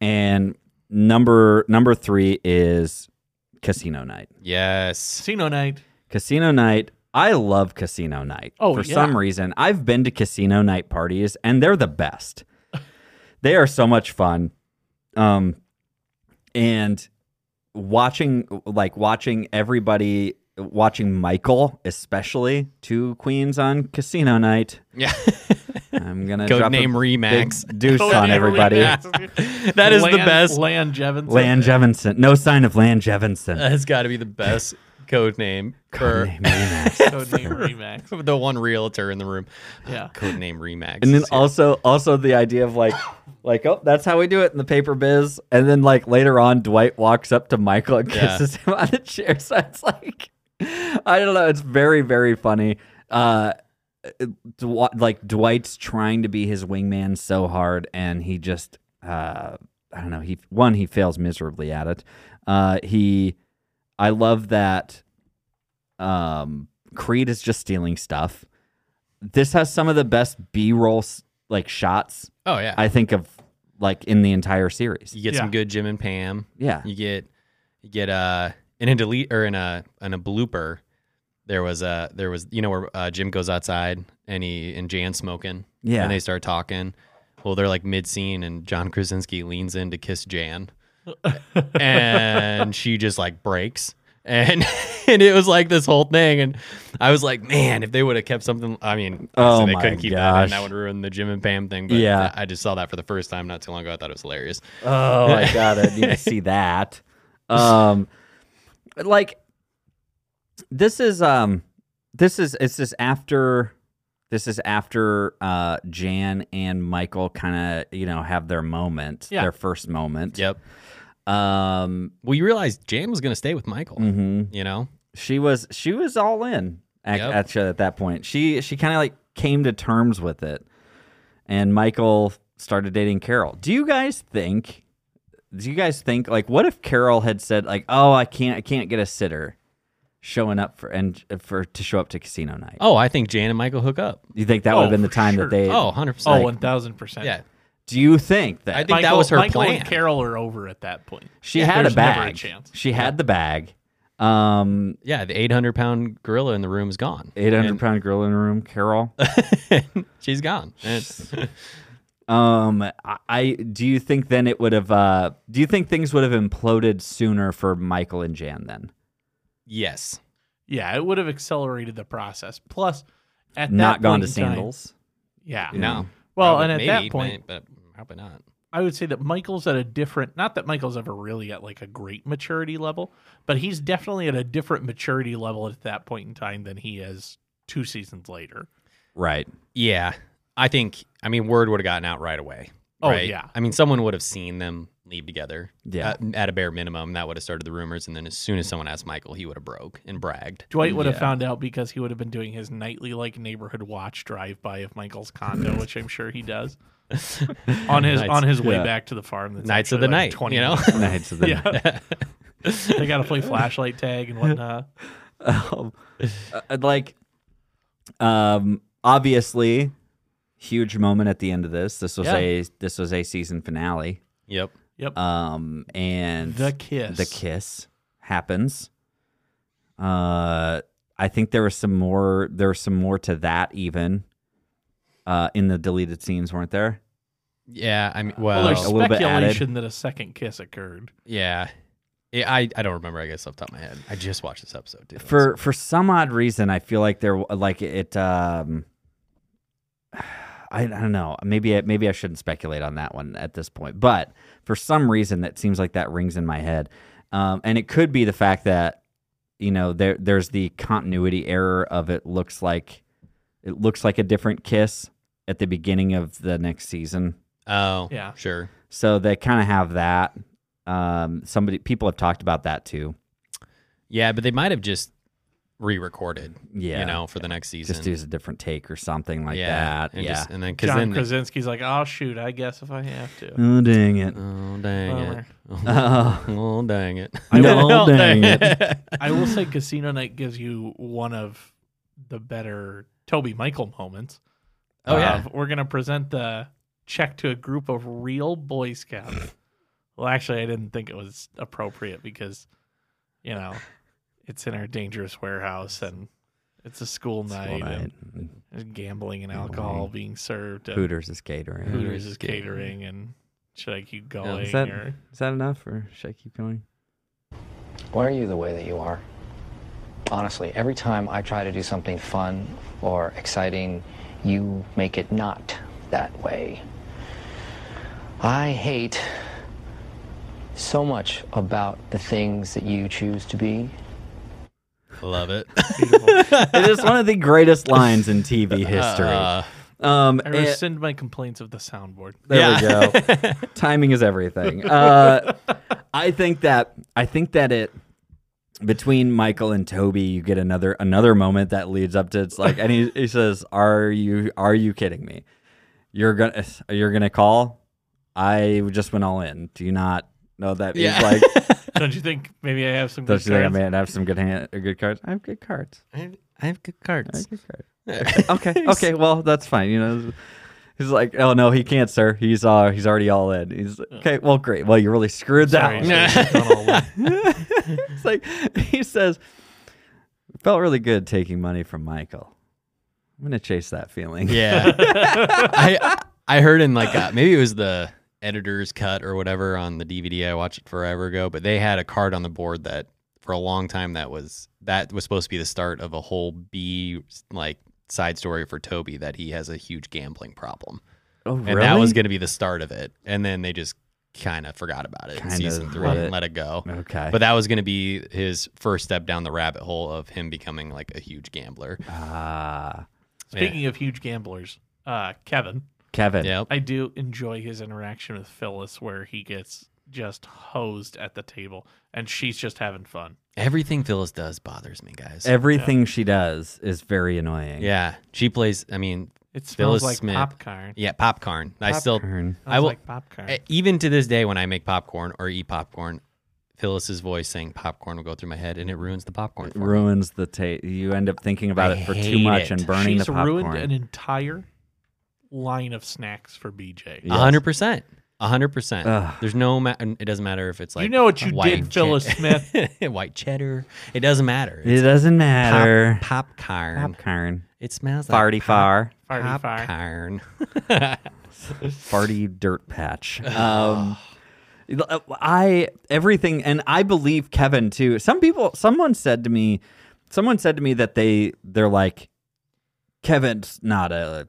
Speaker 2: And number number three is Casino Night.
Speaker 3: yes.
Speaker 1: Casino night.
Speaker 2: Casino Night. I love Casino Night.
Speaker 1: Oh,
Speaker 2: for
Speaker 1: yeah.
Speaker 2: some reason, I've been to Casino Night parties and they're the best. they are so much fun. Um and watching like watching everybody watching Michael especially two queens on Casino Night.
Speaker 3: Yeah.
Speaker 2: I'm going to
Speaker 3: Code
Speaker 2: drop
Speaker 3: name
Speaker 2: a big
Speaker 3: Remax.
Speaker 2: deuce on everybody.
Speaker 3: That is the
Speaker 1: Lan-
Speaker 3: best.
Speaker 1: Lan Jevons.
Speaker 2: Land Jevinson. No sign of Land Jevinson.
Speaker 3: That's got to be the best code name for
Speaker 2: Code name Remax.
Speaker 1: Code name Remax.
Speaker 3: the one realtor in the room.
Speaker 1: Yeah.
Speaker 3: Code name Remax.
Speaker 2: and then
Speaker 3: is here.
Speaker 2: also also the idea of like like oh that's how we do it in the paper biz and then like later on dwight walks up to michael and
Speaker 3: Yeah.
Speaker 2: kisses him on the chair so it's like i don't know it's very very funny uh Dw- like dwight's trying to be his wingman so hard and he just uh i don't know he one he fails miserably at it uh he i love that um creed is just stealing stuff this has some of the best b-roll s- like shots
Speaker 3: oh yeah,
Speaker 2: i think of like in the entire series
Speaker 3: you get some
Speaker 1: Yeah.
Speaker 3: good Jim and Pam.
Speaker 2: yeah
Speaker 3: You get you get uh in a delete or in a in a blooper. There was a there was you know where uh, Jim goes outside and he and Jan's smoking.
Speaker 2: Yeah.
Speaker 3: and they start talking. Well, they're like mid scene, and John Krasinski leans in to kiss Jan, and she just like breaks. and and it was like this whole thing. And I was like, man, if they would have kept something, I mean,
Speaker 2: Oh
Speaker 3: obviously they
Speaker 2: my
Speaker 3: couldn't keep that,
Speaker 2: gosh.
Speaker 3: and that would ruin the Jim and Pam thing. But
Speaker 2: Yeah.
Speaker 3: I just saw that for the first time not too long ago. I thought it was hilarious.
Speaker 2: Oh my god, I need to see that. Um, like this is um, this is it's this after this is after uh Jan and Michael kind of you know have their moment,
Speaker 1: Yeah.
Speaker 2: their first moment.
Speaker 3: Yep.
Speaker 2: Um,
Speaker 3: Well, you realize Jan was going to stay with Michael.
Speaker 2: mhm.
Speaker 3: You know,
Speaker 2: she was she was all in ac-
Speaker 3: Yep.
Speaker 2: actually at that point. She she kind of like came to terms with it, and Michael started dating Carol. Do you guys think? Do you guys think like what if Carol had said like, "Oh, I can't I can't get a sitter," showing up for and for to show up to casino night?
Speaker 3: oh, I think Jan and Michael hook up.
Speaker 2: Do you think that
Speaker 1: Oh,
Speaker 2: would have been the
Speaker 1: for
Speaker 2: time
Speaker 1: sure.
Speaker 2: that they?
Speaker 3: Oh, 100
Speaker 1: Oh,
Speaker 3: percent.
Speaker 1: one thousand percent.
Speaker 3: yeah.
Speaker 2: Do you think that
Speaker 3: I think that was her
Speaker 1: Michael
Speaker 3: plan.
Speaker 1: and Carol are over at that point.
Speaker 2: she had a
Speaker 1: There's
Speaker 2: bag?
Speaker 1: never a chance.
Speaker 2: She had the bag. Um,
Speaker 3: Yeah, the 800 pound gorilla in the room is gone.
Speaker 2: eight hundred
Speaker 3: And-
Speaker 2: pound girl in the room, Carol.
Speaker 3: She's gone. And it's-
Speaker 2: Um, I- I do you think then it would have? Uh, do you think things would have imploded sooner for Michael and Jan then?
Speaker 3: yes.
Speaker 1: Yeah, it would have accelerated the process. Plus, at
Speaker 2: Not
Speaker 1: that
Speaker 2: gone
Speaker 1: point
Speaker 2: to
Speaker 1: in time-
Speaker 2: sandals.
Speaker 1: yeah.
Speaker 3: No.
Speaker 1: Well,
Speaker 3: Probably-
Speaker 1: and at
Speaker 3: maybe,
Speaker 1: that point,
Speaker 3: but but probably not.
Speaker 1: I would say that Michael's at a different. Not that Michael's ever really at like a great maturity level, but he's definitely at a different maturity level at that point in time than he is two seasons later.
Speaker 2: Right.
Speaker 3: Yeah, I think. I mean, word would have gotten out right away.
Speaker 1: Oh,
Speaker 3: right?
Speaker 1: yeah.
Speaker 3: I mean, someone would have seen them leave together.
Speaker 2: Yeah.
Speaker 3: At, at a bare minimum, that would have started the rumors, and then as soon as someone asked Michael, he would have broke and bragged.
Speaker 1: Dwight would
Speaker 2: Yeah.
Speaker 1: have found out because he would have been doing his nightly like neighborhood watch drive by of Michael's condo, which I'm sure he does on his
Speaker 3: Nights-
Speaker 1: on his way
Speaker 2: yeah.
Speaker 1: back to the farm. That's
Speaker 3: Nights of
Speaker 1: actually,
Speaker 3: the
Speaker 1: like,
Speaker 3: night,
Speaker 1: 20
Speaker 3: you know.
Speaker 1: minutes.
Speaker 2: Nights of the-
Speaker 1: yeah, they got to play flashlight tag and whatnot.
Speaker 2: um, uh, like, um, obviously, huge moment at the end of this. This was
Speaker 1: Yeah.
Speaker 2: a this was a season finale.
Speaker 3: yep.
Speaker 1: Yep,
Speaker 2: Um, and
Speaker 1: the kiss,
Speaker 2: the kiss happens. Uh, I think there was some more. There was some more to that even. Uh, in the deleted scenes, weren't there?
Speaker 3: Yeah. I mean,
Speaker 1: Well,
Speaker 3: well,
Speaker 1: there's
Speaker 2: A little bit added.
Speaker 1: speculation that a second kiss occurred.
Speaker 3: yeah. Yeah, I, I don't remember. I guess off the top of my head, I just watched this episode too.
Speaker 2: For for some odd reason, I feel like there like it. Um, I, I don't know. Maybe I, maybe I shouldn't speculate on that one at this point. But for some reason, that seems like that rings in my head, um, and it could be the fact that you know there there's the continuity error of it looks like it looks like a different kiss at the beginning of the next season.
Speaker 3: oh
Speaker 1: Yeah.
Speaker 3: sure
Speaker 2: So they kind of have that. Um, somebody people have talked about that too.
Speaker 3: yeah, but they might have just re-recorded.
Speaker 2: Yeah.
Speaker 3: you know, for the next season.
Speaker 2: just use a different take or something like that.
Speaker 3: and
Speaker 2: yeah.
Speaker 3: just- and then because
Speaker 1: John
Speaker 3: then
Speaker 1: Krasinski's like, "I'll shoot. I guess if I have to."
Speaker 2: oh dang it!
Speaker 3: oh dang it,
Speaker 1: Bummer.
Speaker 2: Oh,
Speaker 3: oh dang it,
Speaker 1: I
Speaker 2: No,
Speaker 1: will-
Speaker 2: dang
Speaker 3: it.
Speaker 1: I will say Casino Night gives you one of the better Toby Michael moments.
Speaker 3: Oh, yeah.
Speaker 1: Of, We're gonna present the check to a group of real Boy Scouts. well, actually, I didn't think it was appropriate because, you know, it's in our dangerous warehouse and it's a school night,
Speaker 2: Well,
Speaker 1: and
Speaker 2: I-
Speaker 1: there's gambling and alcohol being served. And
Speaker 2: Hooters is catering.
Speaker 3: Hoot-
Speaker 1: Hooters is
Speaker 3: Hooters catering.
Speaker 1: catering, and should I keep going?
Speaker 2: is that
Speaker 1: or-
Speaker 2: is that enough, or should I keep going?
Speaker 4: Why are you the way that you are? Honestly, every time I try to do something fun or exciting, you make it not that way. I hate so much about the things that you choose to be.
Speaker 3: Love it.
Speaker 2: it is one of the greatest lines in TV history.
Speaker 3: Uh,
Speaker 2: um,
Speaker 1: I
Speaker 2: and-
Speaker 1: rescind my complaints of the soundboard.
Speaker 2: there we go. Timing is everything. Uh, I think that I think that it between Michael and Toby, you get another another moment that leads up to it's like, and he, he says, "Are you are you kidding me? You're gonna you're gonna call? I just went all in. Do you not know that?"
Speaker 3: Yeah.
Speaker 2: He's like.
Speaker 1: Don't you think maybe I have some good
Speaker 2: Don't you think I
Speaker 1: cards?
Speaker 2: may have some good hand, or good cards? I have good cards.
Speaker 3: I have- I have good cards.
Speaker 2: Good cards. Okay. okay. Okay. Well, that's fine. You know, he's like, oh no, he can't, sir. He's uh, he's already all in. He's like, okay. Well, great. Well, you really screwed
Speaker 1: Sorry,
Speaker 2: that. one.
Speaker 1: sorry, she's gone all the way.
Speaker 2: it's like he says, it felt really good taking money from Michael. I'm gonna chase that feeling.
Speaker 3: Yeah. I I heard in like uh, maybe it was the editor's cut or whatever on the DVD I watched it forever ago, but they had a card on the board that for a long time that was that was supposed to be the start of a whole B like side story for Toby that he has a huge gambling problem.
Speaker 2: Oh,
Speaker 3: And that was going to be the start of it. And then they just kind of forgot about it
Speaker 2: Kinda
Speaker 3: in season 3
Speaker 2: let
Speaker 3: and
Speaker 2: it-
Speaker 3: let it go.
Speaker 2: okay.
Speaker 3: But that was going to be his first step down the rabbit hole of him becoming like a huge gambler.
Speaker 2: Ah,
Speaker 1: Speaking of huge gamblers, uh, Kevin,
Speaker 2: Kevin.
Speaker 3: Yep.
Speaker 1: I do enjoy his interaction with Phyllis where he gets just hosed at the table and she's just having fun.
Speaker 3: Everything Phyllis does bothers me, guys.
Speaker 2: Everything she does is very annoying.
Speaker 3: yeah. She plays, I mean,
Speaker 1: It smells
Speaker 3: Phyllis
Speaker 1: like
Speaker 3: Smith.
Speaker 1: popcorn.
Speaker 3: yeah, popcorn. I still,
Speaker 2: Popcorn.
Speaker 3: I
Speaker 1: Smells
Speaker 3: will,
Speaker 1: like popcorn.
Speaker 3: e- even to this day when I make popcorn or eat popcorn, Phyllis's voice saying popcorn will go through my head and it ruins the popcorn. For me.
Speaker 2: ruins the taste. You end up thinking about
Speaker 3: I
Speaker 2: it for too
Speaker 3: hate
Speaker 2: much
Speaker 3: it.
Speaker 2: and burning
Speaker 1: she's
Speaker 2: the popcorn.
Speaker 1: ruined an entire line of snacks for BJ.
Speaker 3: A hundred percent. A hundred percent.
Speaker 2: Ugh.
Speaker 3: There's no, ma- and it doesn't matter if it's like
Speaker 1: you know what you
Speaker 3: white
Speaker 1: did, Phyllis
Speaker 3: che-
Speaker 1: Smith.
Speaker 3: white cheddar. It doesn't matter.
Speaker 2: it doesn't
Speaker 3: pop-
Speaker 2: matter.
Speaker 3: popcorn.
Speaker 2: popcorn.
Speaker 3: It smells like
Speaker 2: Farty
Speaker 3: pop-
Speaker 2: far.
Speaker 1: Farty far.
Speaker 3: popcorn.
Speaker 2: farty dirt patch. Um, I everything, and I believe Kevin too. Some people, someone said to me, someone said to me that they they're like, Kevin's not a,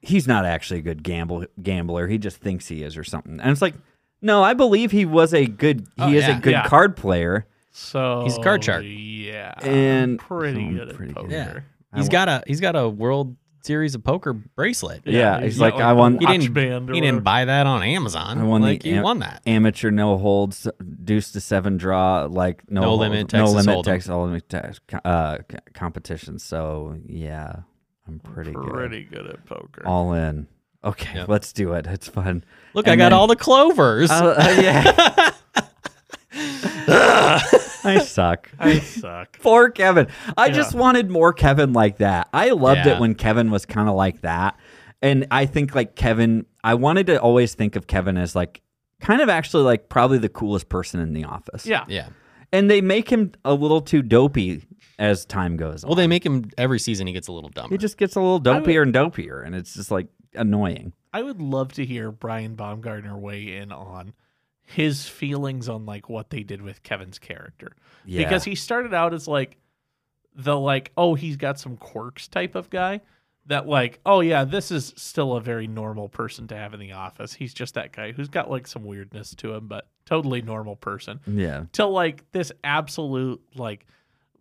Speaker 2: he's not actually a good gamble gambler. He just thinks he is or something. And it's like, no, I believe he was a good. He
Speaker 3: Oh,
Speaker 2: is
Speaker 3: yeah.
Speaker 2: a good
Speaker 1: Yeah.
Speaker 2: card player.
Speaker 1: So
Speaker 3: He's a card shark.
Speaker 1: Yeah,
Speaker 2: And-
Speaker 1: pretty
Speaker 2: I'm
Speaker 1: good
Speaker 2: pretty
Speaker 1: at
Speaker 2: good.
Speaker 1: poker.
Speaker 3: Yeah.
Speaker 2: I
Speaker 3: He's
Speaker 2: wa-
Speaker 3: got a he's got a world series of poker bracelet.
Speaker 2: Yeah, he's like, I want-
Speaker 3: He
Speaker 1: He
Speaker 3: didn't,
Speaker 1: didn't, band or
Speaker 3: he didn't
Speaker 1: whatever.
Speaker 3: buy that on Amazon.
Speaker 2: I won
Speaker 3: like
Speaker 2: the
Speaker 3: he
Speaker 2: am-
Speaker 3: won that.
Speaker 2: Amateur no holds, deuce to seven draw, like no,
Speaker 3: No
Speaker 2: hold-
Speaker 3: limit,
Speaker 2: no
Speaker 3: Texas
Speaker 2: limit,
Speaker 3: Hold'em.
Speaker 2: Texas Hold'em Tex- uh, c- competition. So yeah, I'm pretty,
Speaker 1: pretty
Speaker 2: good.
Speaker 1: good at poker.
Speaker 2: All in. Okay,
Speaker 3: Yep.
Speaker 2: let's do it. It's fun.
Speaker 3: Look,
Speaker 2: And
Speaker 3: I got
Speaker 2: then-
Speaker 3: all the clovers.
Speaker 2: Uh, uh, yeah. I suck.
Speaker 1: I suck.
Speaker 2: Poor Kevin. I
Speaker 1: Yeah.
Speaker 2: just wanted more Kevin like that. I loved
Speaker 3: Yeah.
Speaker 2: it when Kevin was kind of like that. And I think like Kevin, I wanted to always think of Kevin as like kind of actually like probably the coolest person in the office.
Speaker 1: Yeah,
Speaker 3: yeah.
Speaker 2: And they make him a little too dopey as time goes on.
Speaker 3: Well, they make him every season. He gets a little
Speaker 1: Oh.
Speaker 3: dumber.
Speaker 2: he just gets a little dopier and dopier and it's just like annoying.
Speaker 1: I would love to hear Brian Baumgartner weigh in on his feelings on like what they did with Kevin's character
Speaker 2: Yeah.
Speaker 1: because he started out as like the like oh he's got some quirks type of guy that like oh yeah this is still a very normal person to have in the office he's just that guy who's got like some weirdness to him but totally normal person
Speaker 2: Yeah.
Speaker 1: to like this absolute like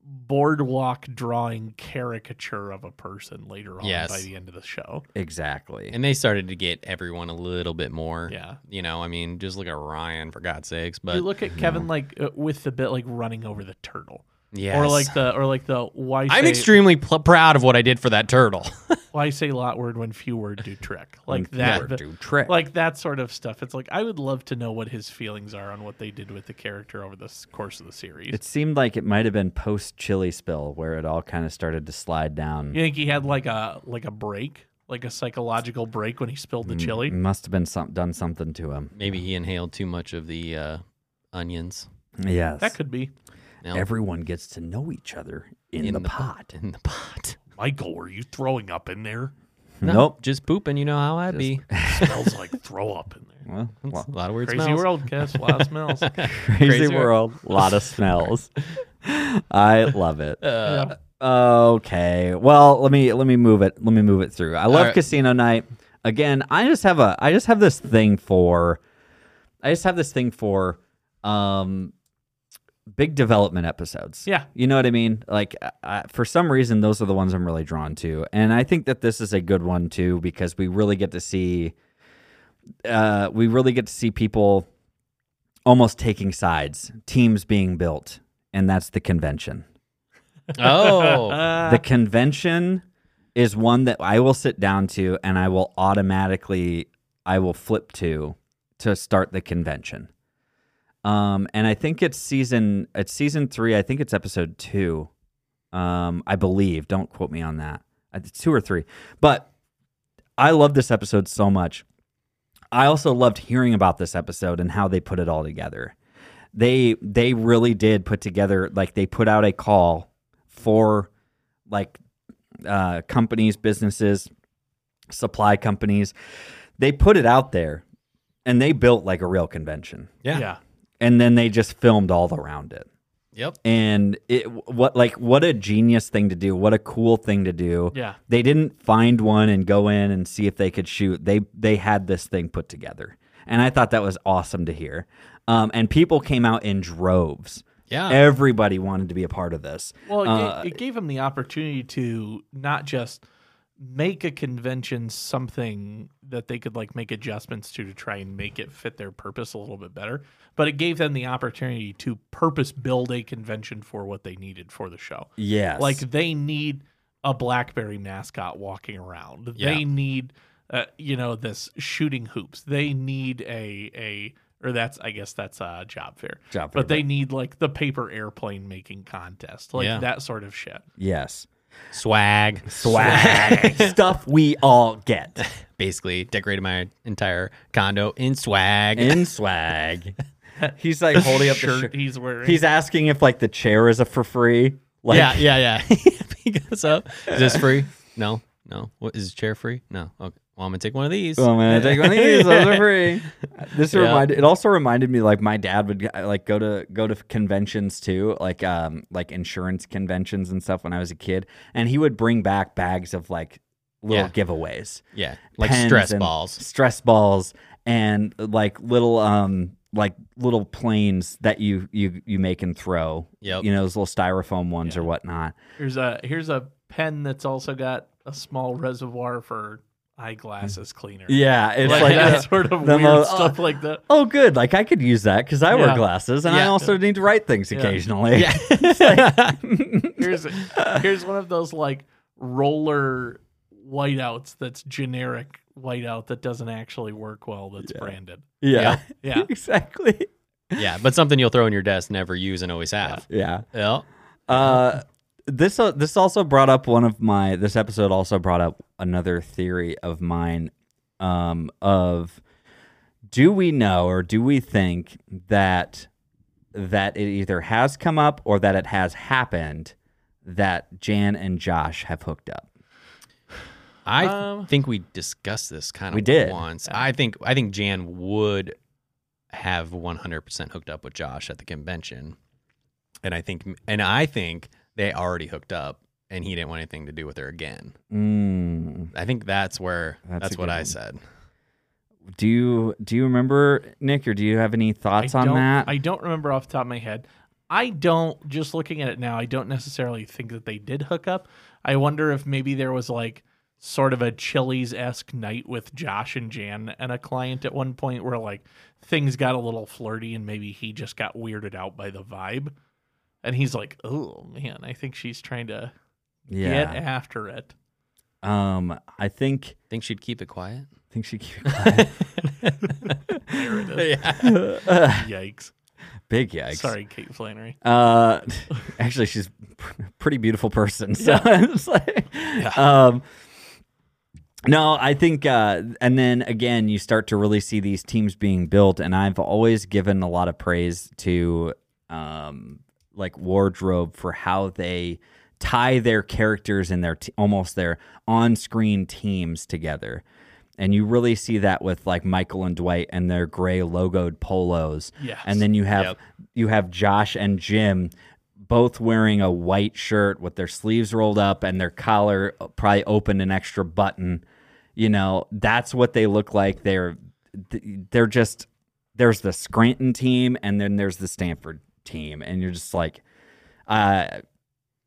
Speaker 1: boardwalk drawing caricature of a person later on
Speaker 3: Yes.
Speaker 1: by the end of the show.
Speaker 2: Exactly.
Speaker 3: and they started to get everyone a little bit more.
Speaker 1: Yeah.
Speaker 3: You know, I mean, just look at Ryan for God's sakes. But Mhm.
Speaker 1: you look at Kevin like uh, with the bit like running over the turtle.
Speaker 3: yes.
Speaker 1: Or like the or like the why
Speaker 3: I'm
Speaker 1: say
Speaker 3: extremely pl- proud of what I did for that turtle.
Speaker 1: why say lot word when few word do trick. Like
Speaker 2: Or
Speaker 1: that the-
Speaker 2: do trick.
Speaker 1: like that sort of stuff. It's like I would love to know what his feelings are on what they did with the character over the s- course of the series.
Speaker 2: It seemed like it might have been post chili spill where it all kind of started to slide down.
Speaker 1: you think he had like a like a break, like a psychological break when he spilled the chili?
Speaker 3: Mm-hmm.
Speaker 2: It must have been some, done something to him.
Speaker 3: Maybe he inhaled too much of the uh, onions.
Speaker 2: Yes.
Speaker 1: That could be.
Speaker 3: No,
Speaker 2: Everyone gets to know each other in, the, pot.
Speaker 3: in the pot.
Speaker 1: Michael, were you throwing up in there?
Speaker 2: Nope.
Speaker 3: Just pooping. You know how I be.
Speaker 1: Smells like throw up in there.
Speaker 2: Well,
Speaker 3: It's a lot of weird
Speaker 1: Crazy
Speaker 3: smells.
Speaker 1: world, kiss, lot of smells.
Speaker 2: crazy,
Speaker 3: Crazy
Speaker 2: world. lot of smells. I love it.
Speaker 1: Yeah.
Speaker 2: Okay. Well, let me let me move it. Let me move it through. I love
Speaker 3: right.
Speaker 2: Casino Night. Again, I just have a I just have this thing for I just have this thing for um big development episodes.
Speaker 1: Yeah.
Speaker 2: You know what I mean? Like I- I, for some reason those are the ones I'm really drawn to. And I think that this is a good one too because we really get to see uh we really get to see people almost taking sides, teams being built, and that's the convention
Speaker 3: Oh,
Speaker 2: the convention is one that I will sit down to and I will automatically I will flip to to start the convention. Um and I think it's season it's season 3, I think it's episode 2. Um I believe, don't quote me on that. Uh, It's 2 or 3. But I love this episode so much. I also loved hearing about this episode and how they put it all together. They they really did put together like they put out a call for like uh, companies, businesses, supply companies. They put it out there and they built like a real convention.
Speaker 3: yeah.
Speaker 1: yeah.
Speaker 2: And then they just filmed all around it.
Speaker 3: Yep.
Speaker 2: and it what like what a genius thing to do what a cool thing to do
Speaker 1: Yeah.
Speaker 2: they didn't find one and go in and see if they could shoot they they had this thing put together and i thought that was awesome to hear um, and people came out in droves
Speaker 3: Yeah.
Speaker 2: everybody wanted to be a part of this
Speaker 1: Well, it,
Speaker 2: Uh,
Speaker 1: gave, it gave him the opportunity to not just make a convention something that they could like make adjustments to to try and make it fit their purpose a little bit better, but it gave them the opportunity to purpose build a convention for what they needed for the show.
Speaker 2: yes
Speaker 1: Like they need a BlackBerry mascot walking around.
Speaker 3: Yeah.
Speaker 1: They need, uh, you know, this shooting hoops. They need a a or that's I guess that's a job fair.
Speaker 2: Job fair,
Speaker 1: but they need like the paper airplane making contest, like
Speaker 3: Yeah.
Speaker 1: that sort of shit.
Speaker 2: yes
Speaker 3: Swag.
Speaker 2: swag stuff we all get
Speaker 3: Basically, decorated my entire condo in swag.
Speaker 2: in swag he's like holding up the
Speaker 1: shirt
Speaker 2: shirt
Speaker 1: he's wearing.
Speaker 2: he's asking if like the chair is a for free like
Speaker 3: yeah, yeah, yeah. he goes up. Is this free? No, no. What is this chair free? No. Okay. Well, I'm gonna take one of these.
Speaker 2: Oh man, take one of these. Those are free. This reminded. It also reminded me like my dad would uh, like go to go to conventions too, like um like insurance conventions and stuff when I was a kid, and he would bring back bags of like little
Speaker 3: Yeah.
Speaker 2: giveaways,
Speaker 3: yeah, like
Speaker 2: Pens
Speaker 3: stress
Speaker 2: and
Speaker 3: balls.
Speaker 2: stress balls, and like little um like little planes that you you you make and throw.
Speaker 3: Yep.
Speaker 2: You know those little styrofoam ones or whatnot.
Speaker 1: here's a here's a pen that's also got a small reservoir for eyeglasses cleaner.
Speaker 2: Hmm. Yeah, it's
Speaker 1: Like,
Speaker 2: like.
Speaker 1: that
Speaker 2: uh,
Speaker 1: sort of
Speaker 2: the
Speaker 1: weird
Speaker 2: mo-
Speaker 1: stuff like that.
Speaker 2: Oh, good. Like I could use that because I wear
Speaker 1: Yeah.
Speaker 2: glasses and I
Speaker 3: Yeah.
Speaker 2: also need to write things occasionally.
Speaker 3: Yeah.
Speaker 1: Here's here's one of those like roller whiteouts that's generic whiteout that doesn't actually work well that's branded.
Speaker 2: Yeah.
Speaker 1: Yeah. Yeah.
Speaker 2: exactly.
Speaker 3: yeah, but something you'll throw in your desk, never use, and always have.
Speaker 2: Yeah.
Speaker 3: Yeah.
Speaker 2: Uh, this uh, this also brought up one of my. This episode also brought up another theory of mine. Um, of do we know or do we think that that it either has come up or that it has happened that Jan and Josh have hooked up?
Speaker 3: I
Speaker 1: Um,
Speaker 3: think we discussed this kind of
Speaker 2: We did.
Speaker 3: once. I think I think Jan would have 100% hooked up with Josh at the convention. And I think and I think they already hooked up and he didn't want anything to do with her again.
Speaker 2: Mm.
Speaker 3: I think that's where
Speaker 2: That's
Speaker 3: that's,
Speaker 2: a
Speaker 3: what
Speaker 2: good
Speaker 3: I
Speaker 2: one.
Speaker 3: said.
Speaker 2: Do you do you remember Nick or do you have any thoughts
Speaker 1: I
Speaker 2: on
Speaker 1: don't,
Speaker 2: that?
Speaker 1: I don't remember off the top of my head. I don't just looking at it now, I don't necessarily think that they did hook up. I wonder if maybe there was like sort of a Chili's esque night with Josh and Jan and a client at one point where like things got a little flirty and maybe he just got weirded out by the vibe. And he's like, Oh man, I think she's trying to get
Speaker 2: yeah.
Speaker 1: after it.
Speaker 2: Um, I think
Speaker 3: Think she'd keep it quiet?
Speaker 2: think she keep quiet.
Speaker 1: There it is.
Speaker 3: Yeah.
Speaker 1: Yikes.
Speaker 2: Big yikes.
Speaker 1: Sorry, Kate Flannery.
Speaker 2: Uh, actually, she's a pretty beautiful person. So it's like, um, no, I think, uh, and then again, you start to really see these teams being built. And I've always given a lot of praise to, um, like wardrobe for how they tie their characters and their t- almost their on-screen teams together. And you really see that with like Michael and Dwight and their gray logoed polos.
Speaker 1: Yes.
Speaker 2: And then you have
Speaker 3: Yep.
Speaker 2: you have Josh and Jim both wearing a white shirt with their sleeves rolled up and their collar probably opened an extra button. You know, that's what they look like. They're they're just there's the Scranton team and then there's the Stanford team and you're just like uh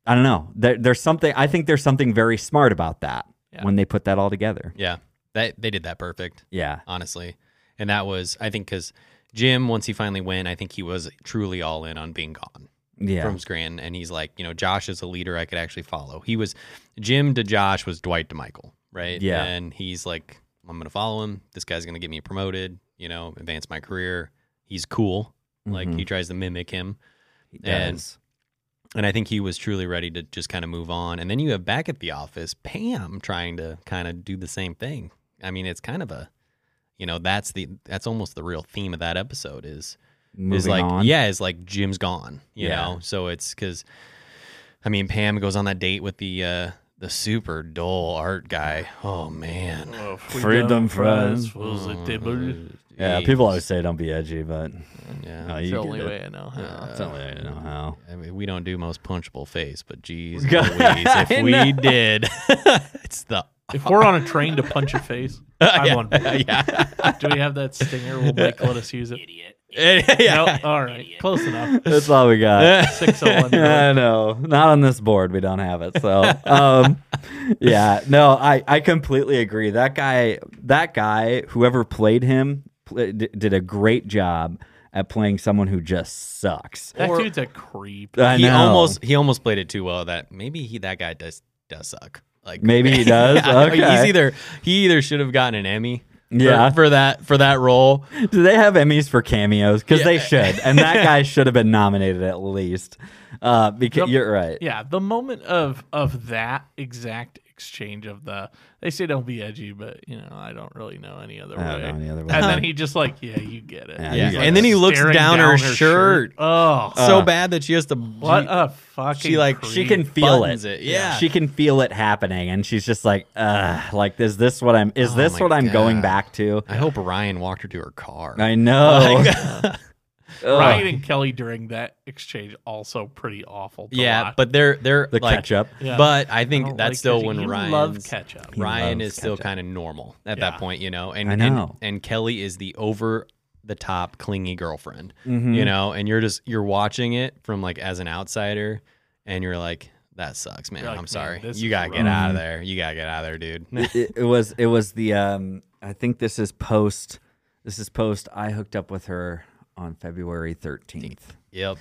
Speaker 2: I don't know. There, there's something I think there's something very smart about that
Speaker 1: Yeah.
Speaker 2: when they put that all together.
Speaker 3: yeah. That they did that perfect.
Speaker 2: Yeah.
Speaker 3: honestly. And that was, I think, because Jim, once he finally went, I think he was truly all in on being gone
Speaker 2: Yeah.
Speaker 3: from Scranton. And he's like, you know, Josh is a leader I could actually follow. He was, Jim to Josh was Dwight to Michael, right?
Speaker 2: Yeah.
Speaker 3: And he's like, I'm going to follow him. This guy's going to get me promoted, you know, advance my career. He's cool. Like,
Speaker 2: Mhm.
Speaker 3: he tries to mimic him.
Speaker 2: He
Speaker 3: and-
Speaker 2: does.
Speaker 3: And I think he was truly ready to just kind of move on. And then you have back at the office, Pam trying to kind of do the same thing. I mean, it's kind of a, you know, that's the that's almost the real theme of that episode is
Speaker 2: Moving
Speaker 3: is like
Speaker 2: on.
Speaker 3: yeah, is like Jim's gone, you
Speaker 2: Yeah.
Speaker 3: know. So it's because, I mean, Pam goes on that date with the uh the super dull art guy. Oh man,
Speaker 1: Oh,
Speaker 2: Freedom Mm, fries.
Speaker 1: was a table.
Speaker 2: Yeah, people always say don't be edgy, but
Speaker 3: Yeah.
Speaker 1: It's
Speaker 2: no, Oh, you
Speaker 1: the
Speaker 2: get
Speaker 1: only
Speaker 2: it.
Speaker 1: way I know how.
Speaker 2: It's the only way I know how.
Speaker 3: I mean, we don't do most punchable face, but geez,
Speaker 2: God,
Speaker 3: Louise,
Speaker 2: I
Speaker 3: if
Speaker 2: know.
Speaker 3: we did, it's the
Speaker 1: If we're on a train to punch a face, I'm on board.
Speaker 3: yeah,
Speaker 1: Do we have that stinger? Will Mike let us use it?
Speaker 3: yeah.
Speaker 1: No? All right. Close enough.
Speaker 2: That's all we got.
Speaker 1: 601.
Speaker 2: I know. Not on this board. We don't have it. So, um, yeah, no, I, I completely agree. That guy, that guy, whoever played him, pl- d- did a great job at playing someone who just sucks.
Speaker 1: That
Speaker 3: Or-
Speaker 1: dude's a creep.
Speaker 2: I
Speaker 3: he
Speaker 2: know.
Speaker 3: almost he almost played it too well that maybe he that guy does does suck. Like
Speaker 2: Maybe he does?
Speaker 3: he's
Speaker 2: Okay.
Speaker 3: either he either should have gotten an Emmy. for-
Speaker 2: Yeah.
Speaker 3: For, that for that role.
Speaker 2: Do they have Emmys for cameos? Because they should, and that guy should have been nominated at least. Uh,
Speaker 1: Yep.
Speaker 2: because you're right.
Speaker 1: Yeah, the moment of of that exact exchange of the they say don't be edgy, but you know I don't really know any other
Speaker 2: I
Speaker 1: way.
Speaker 2: don't know any other way.
Speaker 1: And then he just like, yeah, you get it.
Speaker 2: Yeah,
Speaker 3: Yeah.
Speaker 2: you got
Speaker 3: And then he looks
Speaker 1: Staring
Speaker 3: down, her, shirt,
Speaker 1: Oh,
Speaker 2: Uh,
Speaker 3: so bad that she has to
Speaker 1: what
Speaker 3: she,
Speaker 1: a fucking.
Speaker 3: she like
Speaker 1: creep.
Speaker 2: she can feel it.
Speaker 3: buttons it, yeah.
Speaker 2: she can feel it happening, and she's just like, Ugh, like, is this what I'm? Is
Speaker 3: Oh
Speaker 2: this
Speaker 3: my
Speaker 2: what I'm going
Speaker 3: God.
Speaker 2: back to?
Speaker 3: I hope Ryan walked her to her car.
Speaker 2: I
Speaker 3: Oh
Speaker 2: know. Ugh.
Speaker 1: Ryan and Kelly during that exchange also pretty awful. To
Speaker 3: yeah,
Speaker 1: watch.
Speaker 3: but they're they're
Speaker 2: the
Speaker 3: like
Speaker 2: ketchup.
Speaker 1: Yeah.
Speaker 3: But I think
Speaker 1: I don't
Speaker 3: that's
Speaker 1: like
Speaker 3: still
Speaker 1: ketchup.
Speaker 3: when
Speaker 1: You
Speaker 3: Ryan
Speaker 1: love ketchup.
Speaker 2: He
Speaker 3: Ryan
Speaker 2: loves
Speaker 3: is still
Speaker 2: ketchup.
Speaker 3: kind of normal at
Speaker 1: Yeah.
Speaker 3: that point, you know. And
Speaker 2: I
Speaker 3: and,
Speaker 2: know.
Speaker 3: and Kelly is the over the top clingy girlfriend,
Speaker 2: Mhm.
Speaker 3: you know. And you're just you're watching it from like as an outsider, and you're like, that sucks, man.
Speaker 1: You're like,
Speaker 3: I'm
Speaker 1: "Man,
Speaker 3: sorry.
Speaker 1: this is
Speaker 3: you gotta get
Speaker 1: rough."
Speaker 2: Mm-hmm.
Speaker 3: out of there. You gotta get out of there, dude.
Speaker 2: it, it was. It was the. Um, I think this is post. This is post. I hooked up with her on February thirteenth.
Speaker 3: yep.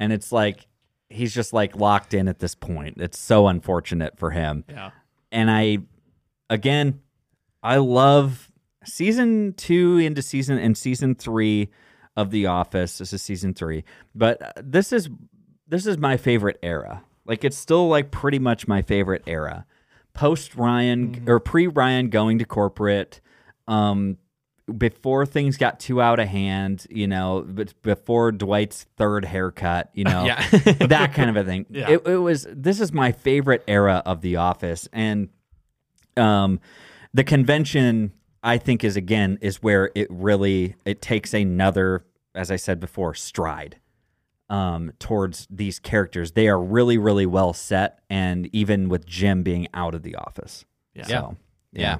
Speaker 2: and it's like he's just like locked in at this point. It's so unfortunate for him.
Speaker 1: yeah,
Speaker 2: And I again, I love season 2 into season and season 3 of The Office. This is season 3. But uh, this is this is my favorite era. Like it's still like pretty much my favorite era. Post Ryan or pre Ryan going to corporate um before things got too out of hand, you know, but before Dwight's third haircut, you know,
Speaker 3: Yeah.
Speaker 2: that kind of a thing.
Speaker 1: Yeah.
Speaker 2: It, it was this is my favorite era of The Office, and um, the convention I think is again is where it really it takes another, as I said before, stride um, towards these characters. They are really really well set, and even with Jim being out of The Office,
Speaker 1: Yeah.
Speaker 2: So,
Speaker 3: Yeah.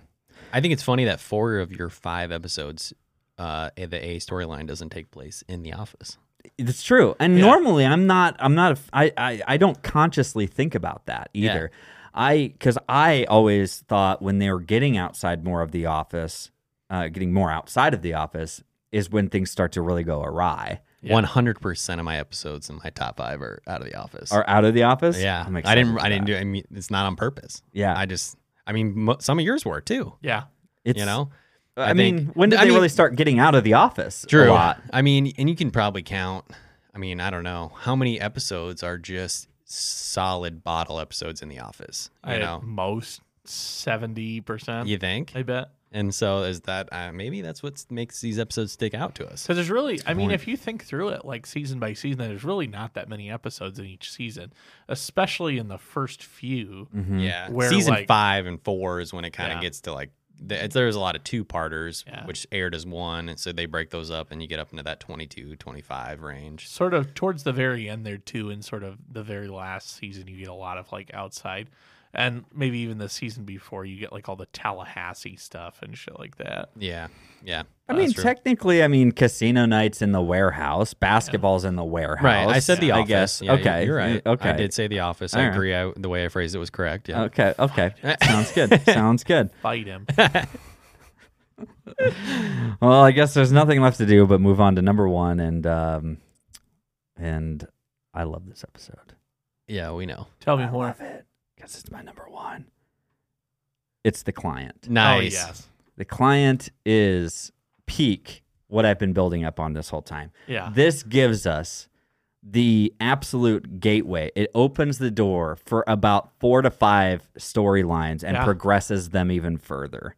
Speaker 3: I think it's funny that four of your five episodes, uh, the A storyline doesn't take place in the office.
Speaker 2: It's true. And
Speaker 1: Yeah.
Speaker 2: normally I'm not I'm not a f- I I I don't consciously think about that
Speaker 3: Yeah.
Speaker 2: either. I cuz I always thought when they were getting outside more of the office, uh, getting more outside of the office is when things start to really go awry
Speaker 1: Yeah.
Speaker 3: One hundred percent of my episodes in my top five are out of the office.
Speaker 2: or out of the office.
Speaker 3: yeah,
Speaker 2: I'm
Speaker 3: I
Speaker 2: excited
Speaker 3: didn't.
Speaker 2: for
Speaker 3: I didn't
Speaker 2: that.
Speaker 3: do. I mean, it's not on purpose.
Speaker 2: Yeah.
Speaker 3: I just. I mean, mo- some of yours were too.
Speaker 1: yeah.
Speaker 2: It's, uh,
Speaker 3: you know,
Speaker 2: I,
Speaker 3: I
Speaker 2: mean,
Speaker 3: think-
Speaker 2: when did
Speaker 3: I
Speaker 2: they
Speaker 3: mean-
Speaker 2: really start getting out of the office? A lot.
Speaker 3: I mean, and you can probably count. I mean, I don't know how many episodes are just solid bottle episodes in the office. You
Speaker 1: I
Speaker 3: know,
Speaker 1: most seventy percent.
Speaker 3: you think?
Speaker 1: I bet.
Speaker 3: And so is that uh, maybe that's what makes these episodes stick out to us.
Speaker 1: Because there's really, I mean, if you think through it, like season by season, there's really not that many episodes in each season, especially in the first few.
Speaker 3: Yeah,
Speaker 1: Where,
Speaker 3: Mm-hmm. season
Speaker 1: like-
Speaker 3: five and four is when it kind of
Speaker 1: Yeah.
Speaker 3: gets to like th- it's- there's a lot of two-parters
Speaker 1: Yeah.
Speaker 3: which aired as one and so they break those up and you get up into that 22 25 range
Speaker 1: Sort of towards the very end there too, and sort of the very last season, you get a lot of like outside, and maybe even the season before, you get like all the Tallahassee stuff and shit like that.
Speaker 3: yeah yeah
Speaker 2: I
Speaker 3: that's
Speaker 2: mean,
Speaker 3: true.
Speaker 2: technically, I mean, casino nights in the warehouse, basketballs in the warehouse.
Speaker 3: Uh, Right, I said the
Speaker 2: I
Speaker 3: office.
Speaker 2: guess.
Speaker 3: Yeah, you-
Speaker 2: okay,
Speaker 3: you're right.
Speaker 2: Okay,
Speaker 3: I did say the office.
Speaker 2: All
Speaker 3: I
Speaker 2: right.
Speaker 3: agree. I, the way I phrased it was correct. Yeah.
Speaker 2: Okay, okay. Sounds good. Sounds good.
Speaker 1: Fight him.
Speaker 2: Well, I guess there's nothing left to do but move on to number one and um and I love this episode.
Speaker 3: Yeah, we know.
Speaker 1: Tell me more. Oh,
Speaker 2: it. Because it's my number one. It's the client.
Speaker 3: Nice.
Speaker 1: Oh yes.
Speaker 2: The client is peak what I've been building up on this whole time.
Speaker 1: Yeah.
Speaker 2: This gives us the absolute gateway. It opens the door for about four to five storylines and
Speaker 1: Yeah.
Speaker 2: progresses them even further.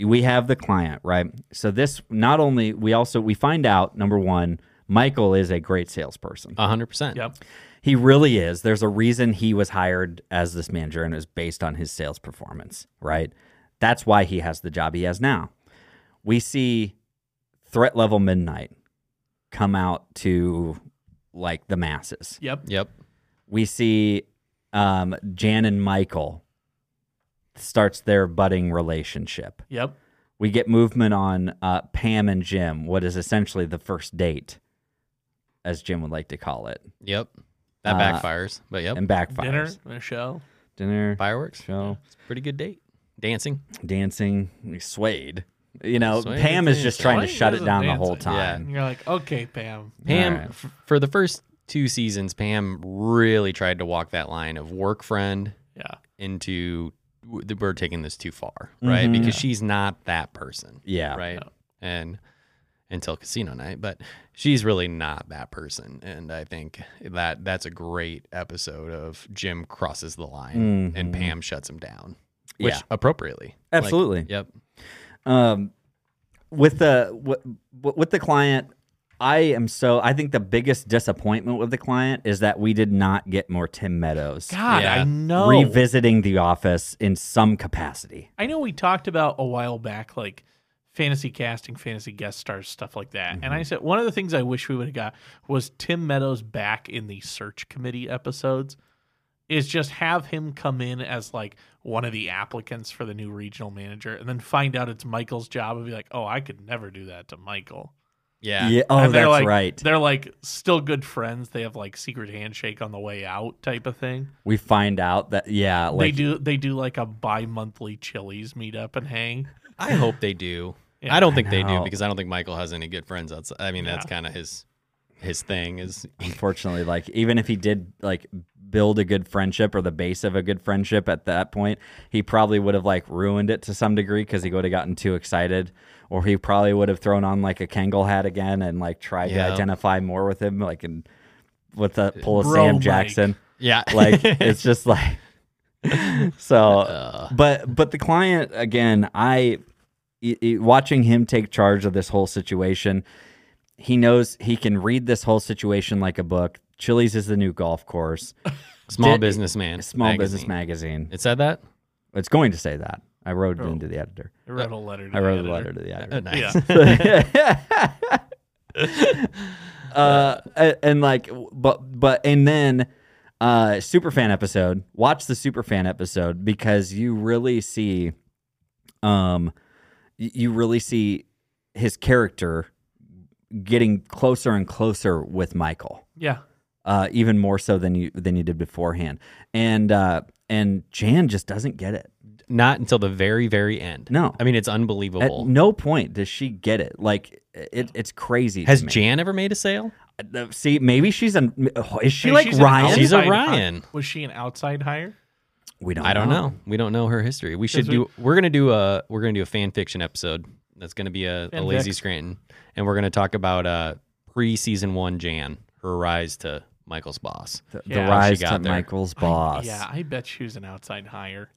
Speaker 2: We have the client, right? So this not only we also we find out number one, Michael is a great salesperson.
Speaker 3: A hundred percent.
Speaker 1: Yep.
Speaker 2: He really is. There's a reason he was hired as this manager and it was based on his sales performance, right? That's why he has the job he has now. We see threat level midnight come out to like the masses.
Speaker 1: Yep.
Speaker 3: Yep.
Speaker 2: We see um, Jan and Michael starts their budding relationship.
Speaker 1: Yep.
Speaker 2: We get movement on uh, Pam and Jim, what is essentially the first date, as Jim would like to call it,
Speaker 3: Yep. That
Speaker 2: Uh,
Speaker 3: backfires. But yep.
Speaker 2: and backfires.
Speaker 1: Dinner, Michelle.
Speaker 2: dinner,
Speaker 3: Fireworks.
Speaker 2: show,
Speaker 3: It's a pretty good date. Dancing.
Speaker 2: dancing, swayed. You know,
Speaker 3: Swayed,
Speaker 2: Pam is just trying to
Speaker 1: Swayed
Speaker 2: shut it
Speaker 1: isn't
Speaker 2: down the whole
Speaker 1: dancing.
Speaker 3: Yeah.
Speaker 2: time.
Speaker 1: And you're like, okay, Pam.
Speaker 3: Pam,
Speaker 2: Alright.
Speaker 3: f- for the first two seasons, Pam really tried to walk that line of work friend
Speaker 1: Yeah.
Speaker 3: into w- th- we're taking this too far, right?
Speaker 2: Mhm.
Speaker 3: Because she's not that person,
Speaker 2: Yeah.
Speaker 3: right? And until casino night, but she's really not that person, and I think that that's a great episode of Jim crosses the line and Pam shuts him down, which
Speaker 2: Mm-hmm. Yeah.
Speaker 3: appropriately, Like,
Speaker 2: Absolutely.
Speaker 3: yep,
Speaker 2: um, with the with, with the client i am so i think the biggest disappointment with the client is that we did not get more tim meadows
Speaker 1: God,
Speaker 3: Yeah.
Speaker 1: I know.
Speaker 2: revisiting the office in some capacity
Speaker 1: I know we talked about a while back, like fantasy casting, fantasy guest stars, stuff like that. And
Speaker 2: Mm-hmm.
Speaker 1: I said one of the things I wish we would have got was Tim Meadows back in the search committee episodes. Is just have him come in as like one of the applicants for the new regional manager, and then find out it's Michael's job, and be like, "Oh, I could never do that to Michael."
Speaker 3: yeah,
Speaker 2: oh
Speaker 1: And they're,
Speaker 2: that's
Speaker 1: like-
Speaker 2: right
Speaker 1: They're like still good friends. They have like secret handshake on the way out type of thing.
Speaker 2: we find out that yeah like
Speaker 1: they do they do like a bi monthly Chili's meet up and hang.
Speaker 3: I hope they do.
Speaker 1: Yeah.
Speaker 3: I don't think they do
Speaker 2: know.
Speaker 3: because I don't think Michael has any good friends outside. I mean, that's
Speaker 1: Yeah.
Speaker 3: kind of his his thing is
Speaker 2: unfortunately like even if he did like build a good friendship or the base of a good friendship at that point he probably would have like ruined it to some degree because he would have gotten too excited or he probably would have thrown on like a kangol hat again and like tried
Speaker 3: Yeah.
Speaker 2: to identify more with him like and with the pull of
Speaker 1: Bro,
Speaker 2: sam
Speaker 1: Mike.
Speaker 2: jackson
Speaker 3: yeah,
Speaker 2: like it's just like so but but the client again i i- i- watching him take charge of this whole situation he knows he can read this whole situation like a book chili's is the new golf course
Speaker 3: small
Speaker 2: Did-
Speaker 3: businessman,
Speaker 2: small
Speaker 3: magazine.
Speaker 2: business magazine
Speaker 3: It said that.
Speaker 2: it's going to say that i wrote it into the editor
Speaker 1: I wrote a letter. To
Speaker 2: i
Speaker 1: Oh. the
Speaker 2: wrote
Speaker 1: editor.
Speaker 2: a letter to the editor
Speaker 3: Oh, nice.
Speaker 1: Yeah.
Speaker 2: uh, a- and like, but but and then, uh, superfan episode. Watch the superfan episode because you really see, um, y- you really see his character getting closer and closer with Michael
Speaker 1: Yeah.
Speaker 2: uh, even more so than you than you did beforehand. And uh, and Jan just doesn't get it.
Speaker 3: Not until the very, very end.
Speaker 2: No.
Speaker 3: I mean it's
Speaker 2: At
Speaker 3: unbelievable.
Speaker 2: no point does she get it. Like it, it's crazy. to
Speaker 3: Has
Speaker 2: me.
Speaker 3: Jan ever made a sale?
Speaker 2: Uh, See, maybe she's an. oh, Is she
Speaker 1: Hey,
Speaker 2: like
Speaker 1: she's an
Speaker 2: Ryan?
Speaker 3: She's a
Speaker 1: outside hi-
Speaker 3: Ryan.
Speaker 1: was she an outside hire?
Speaker 2: we don't.
Speaker 3: I don't know. We don't know her history. We should
Speaker 1: we-
Speaker 3: do. We're gonna do a. We're gonna do a fan fiction episode. That's gonna be a, a
Speaker 1: Fan
Speaker 3: lazy
Speaker 1: fic.
Speaker 3: Scranton, and we're gonna talk about uh pre season one Jan, her rise to Michael's boss.
Speaker 2: The, the
Speaker 1: Yeah, how
Speaker 2: rise
Speaker 3: she
Speaker 2: to
Speaker 3: got there.
Speaker 2: Michael's
Speaker 1: I-
Speaker 2: boss.
Speaker 1: yeah, I bet she was an outside hire.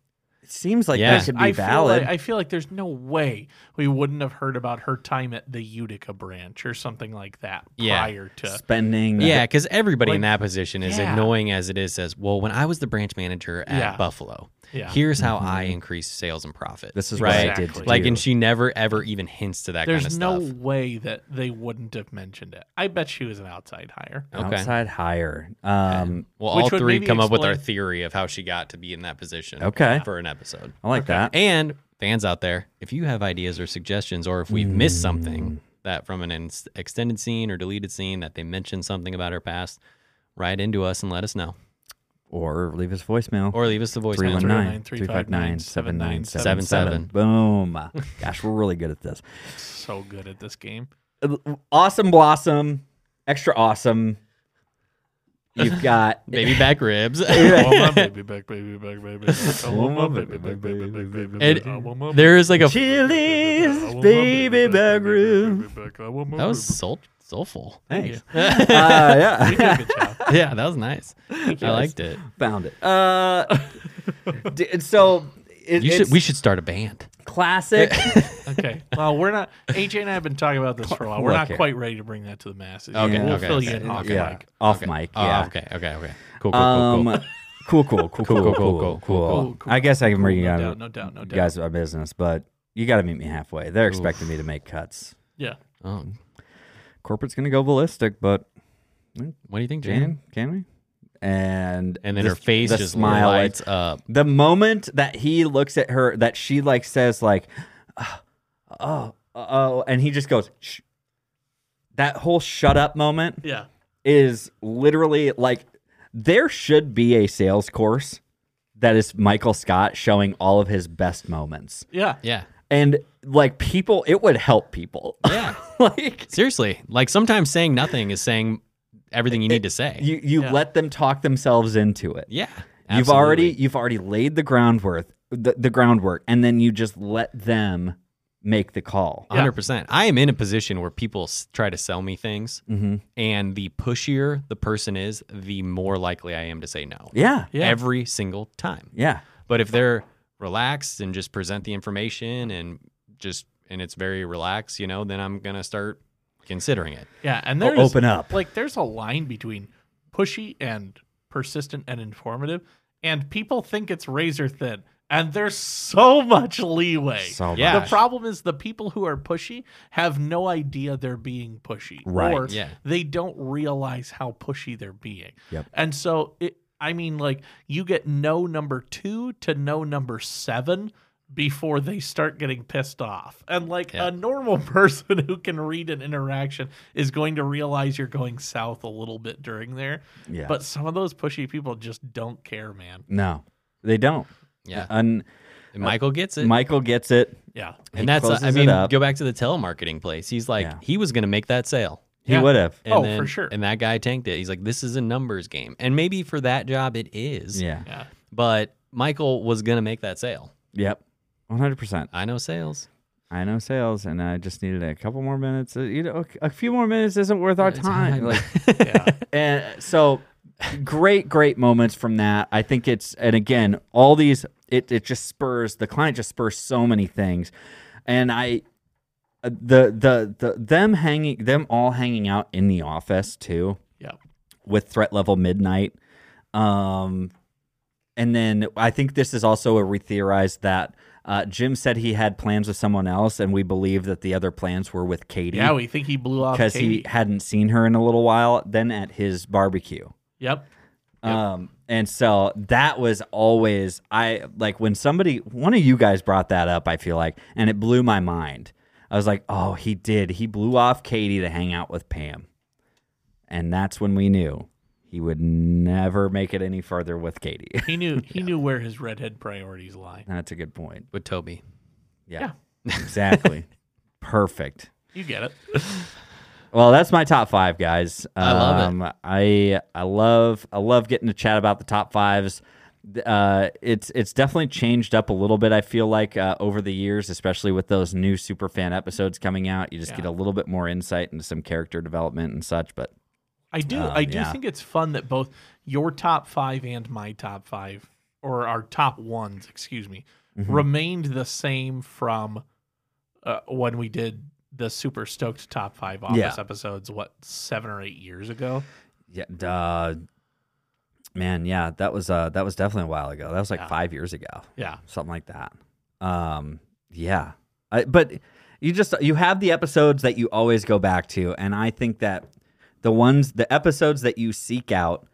Speaker 2: It seems like
Speaker 3: Yeah.
Speaker 2: that could be
Speaker 1: I
Speaker 2: valid.
Speaker 1: Feel like, I feel like there's no way we wouldn't have heard about her time at the Utica branch or something like that
Speaker 3: Yeah.
Speaker 1: prior to.
Speaker 2: Spending.
Speaker 3: Yeah, because everybody in
Speaker 1: Like,
Speaker 3: that position, as
Speaker 1: yeah.
Speaker 3: annoying as it is, says, "Well, when I was the branch manager at
Speaker 1: Yeah.
Speaker 3: Buffalo,
Speaker 1: Yeah.
Speaker 3: here's how I increased sales and profit."
Speaker 2: Mm-hmm. This is
Speaker 1: Right.
Speaker 2: what I did. To
Speaker 1: Exactly.
Speaker 3: Like,
Speaker 2: you.
Speaker 3: and she never ever even hints to that
Speaker 1: There's
Speaker 3: kind
Speaker 1: no
Speaker 3: of stuff.
Speaker 1: way that they wouldn't have mentioned it. I bet she was an outside hire.
Speaker 3: Okay.
Speaker 2: outside hire. Um,
Speaker 3: Well,
Speaker 1: Which
Speaker 3: all
Speaker 1: would
Speaker 3: three
Speaker 1: maybe
Speaker 3: come up with our
Speaker 1: explain-
Speaker 3: theory of how she got to be in that position.
Speaker 2: Okay.
Speaker 3: For an episode.
Speaker 2: I like that.
Speaker 3: And fans out there, if you have ideas or suggestions, or if we've missed
Speaker 2: Mm.
Speaker 3: something that from an ins extended scene or deleted scene that they mentioned something about her past, write into us and let us know,
Speaker 2: or leave us voicemail.
Speaker 3: or leave us the voicemail.
Speaker 2: 319
Speaker 1: 359
Speaker 2: 7977. Boom. Gosh, we're really good at this.
Speaker 1: So good at this game.
Speaker 2: Awesome Blossom. Extra awesome. You've got.
Speaker 3: Baby back ribs.
Speaker 1: I want my baby back, baby back, baby back. I want my baby back, baby back, baby back. I want my
Speaker 3: And there is like a
Speaker 2: Chili's baby back room.
Speaker 1: back. I want my
Speaker 3: that was
Speaker 1: baby
Speaker 3: soul, soulful.
Speaker 2: Thanks. uh,
Speaker 1: back.
Speaker 2: yeah.
Speaker 1: You did a good job.
Speaker 3: Yeah, that was nice. I liked it.
Speaker 2: Found it. Uh, d- and so it,
Speaker 3: You
Speaker 2: it's
Speaker 3: should. We should start a band.
Speaker 2: classic.
Speaker 1: Okay. Well, we're not. AJ and I have been talking about this for a while. We're
Speaker 2: Look
Speaker 1: not
Speaker 2: here.
Speaker 1: quite ready to bring that to the masses.
Speaker 3: Okay,
Speaker 1: We'll
Speaker 3: okay,
Speaker 1: fill
Speaker 3: okay,
Speaker 1: you in off
Speaker 2: yeah.
Speaker 1: mic.
Speaker 2: Off mic.
Speaker 3: Oh,
Speaker 2: Yeah.
Speaker 3: okay. Okay. Okay. Cool. Cool. cool, cool.
Speaker 2: Um, cool, cool, cool, cool, cool, cool, cool,
Speaker 1: cool, cool,
Speaker 2: I guess I can
Speaker 1: cool,
Speaker 2: bring you
Speaker 1: no
Speaker 2: out
Speaker 1: doubt, no doubt, no
Speaker 2: you
Speaker 1: doubt.
Speaker 2: guys are business, but you got to meet me halfway. They're expecting me to make cuts.
Speaker 1: Yeah.
Speaker 3: Oh,
Speaker 2: Corporate's gonna go ballistic, but
Speaker 3: what do you think, Jan?
Speaker 2: Jan, can we? And
Speaker 3: And then
Speaker 2: the-
Speaker 3: her face
Speaker 2: the
Speaker 3: just
Speaker 2: smile, like,
Speaker 3: lights up.
Speaker 2: the moment that he looks at her, that she like says like, oh, oh, oh and he just goes, Shh. that whole shut up moment.
Speaker 1: Yeah.
Speaker 2: is literally like there should be a sales course that is Michael Scott showing all of his best moments.
Speaker 1: Yeah.
Speaker 3: Yeah.
Speaker 2: And like people, it would help people.
Speaker 3: Yeah.
Speaker 2: like
Speaker 3: Seriously. Like sometimes saying nothing is saying everything you need to say.
Speaker 2: you you
Speaker 1: Yeah.
Speaker 2: let them talk themselves into it.
Speaker 3: yeah.
Speaker 2: You've already
Speaker 3: absolutely.
Speaker 2: you've already laid the groundwork the, the groundwork and then you just let them make the call.
Speaker 1: Yeah.
Speaker 3: 100%. I am in a position where people s- try to sell me things,
Speaker 2: Mhm.
Speaker 3: and the pushier the person is, the more likely I am to say no.
Speaker 2: Yeah.
Speaker 1: Yeah.
Speaker 3: Every single time.
Speaker 2: Yeah.
Speaker 3: But if they're relaxed and just present the information and just and it's very relaxed, you know, then I'm gonna start considering it.
Speaker 1: Yeah. And
Speaker 2: Oh,
Speaker 1: there's
Speaker 2: open up.
Speaker 1: like there's a line between pushy and persistent and informative, and people think it's razor thin. And there's so much leeway.
Speaker 2: So
Speaker 3: Yeah.
Speaker 1: The problem is the people who are pushy have no idea they're being pushy,
Speaker 2: Right.
Speaker 1: Or
Speaker 3: Yeah.
Speaker 1: they don't realize how pushy they're being.
Speaker 2: Yep.
Speaker 1: And so, it, I mean, like you get no number two to no number seven before they start getting pissed off. And like
Speaker 3: Yeah.
Speaker 1: a normal person who can read an interaction is going to realize you're going south a little bit during there.
Speaker 2: Yeah.
Speaker 1: But some of those pushy people just don't care, man.
Speaker 2: no. They don't.
Speaker 3: Yeah.
Speaker 2: And
Speaker 3: And Michael gets it.
Speaker 2: Michael gets it.
Speaker 1: Yeah.
Speaker 2: he
Speaker 3: and that's I
Speaker 2: closes it
Speaker 3: mean,
Speaker 2: up.
Speaker 3: go back to the telemarketing place. He's like,
Speaker 2: Yeah.
Speaker 3: he was gonna make that sale.
Speaker 2: He
Speaker 1: Yeah.
Speaker 2: would have.
Speaker 3: And
Speaker 1: Oh,
Speaker 3: then-
Speaker 1: for sure.
Speaker 3: And that guy tanked it. He's like, this is a numbers game. And maybe for that job it is.
Speaker 2: Yeah.
Speaker 1: Yeah.
Speaker 3: But Michael was gonna make that sale.
Speaker 2: Yep. 100%.
Speaker 3: I know sales.
Speaker 2: I know sales and I just needed a couple more minutes. Uh, You know, a a few more minutes isn't worth our time. Like,
Speaker 1: Yeah.
Speaker 2: and so great great moments from that. I think it's and again, all these it it just spurs the client just spurs so many things. And I uh, the the the them hanging them all hanging out in the office too
Speaker 1: yeah.
Speaker 2: with threat level midnight. Um, and then I think this is also a retheorized that uh, Jim said he had plans with someone else, and we believe that the other plans were with Katie
Speaker 1: Yeah. We think he blew off
Speaker 2: because
Speaker 1: Katie.
Speaker 2: he hadn't seen her in a little while. Then at his barbecue.
Speaker 1: Yep.
Speaker 2: Um, and so that was always I like when somebody one of you guys brought that up. I feel like, and it blew my mind. I was like, oh, he did. He blew off Katie to hang out with Pam, and that's when we knew he would never make it any further with Katie.
Speaker 1: He knew he knew where his redhead priorities lie.
Speaker 2: that's a good point.
Speaker 3: With Toby.
Speaker 2: Yeah, exactly. Perfect.
Speaker 1: You get it.
Speaker 2: Well, that's my top five, guys.
Speaker 3: I love it.
Speaker 2: it. I I love I love getting to chat about the top fives. Th- Uh, it's it's definitely changed up a little bit. I feel like uh, over the years, especially with those new super fan episodes coming out, you just get a little bit more insight into some character development and such. But
Speaker 1: I do. I do
Speaker 2: Oh, yeah.
Speaker 1: think it's fun that both your top five and my top five, or our top ones, excuse me,
Speaker 2: Mm-hmm.
Speaker 1: remained the same from uh, when we did the super stoked top five office
Speaker 2: Yeah.
Speaker 1: episodes. What seven or eight years ago?
Speaker 2: yeah, uh, man, yeah, that was uh, that was definitely a while ago. That was like five years ago.
Speaker 1: Yeah.
Speaker 2: something like that. Um, yeah, I, but you just you have the episodes that you always go back to, and I think that the ones the episodes that you seek out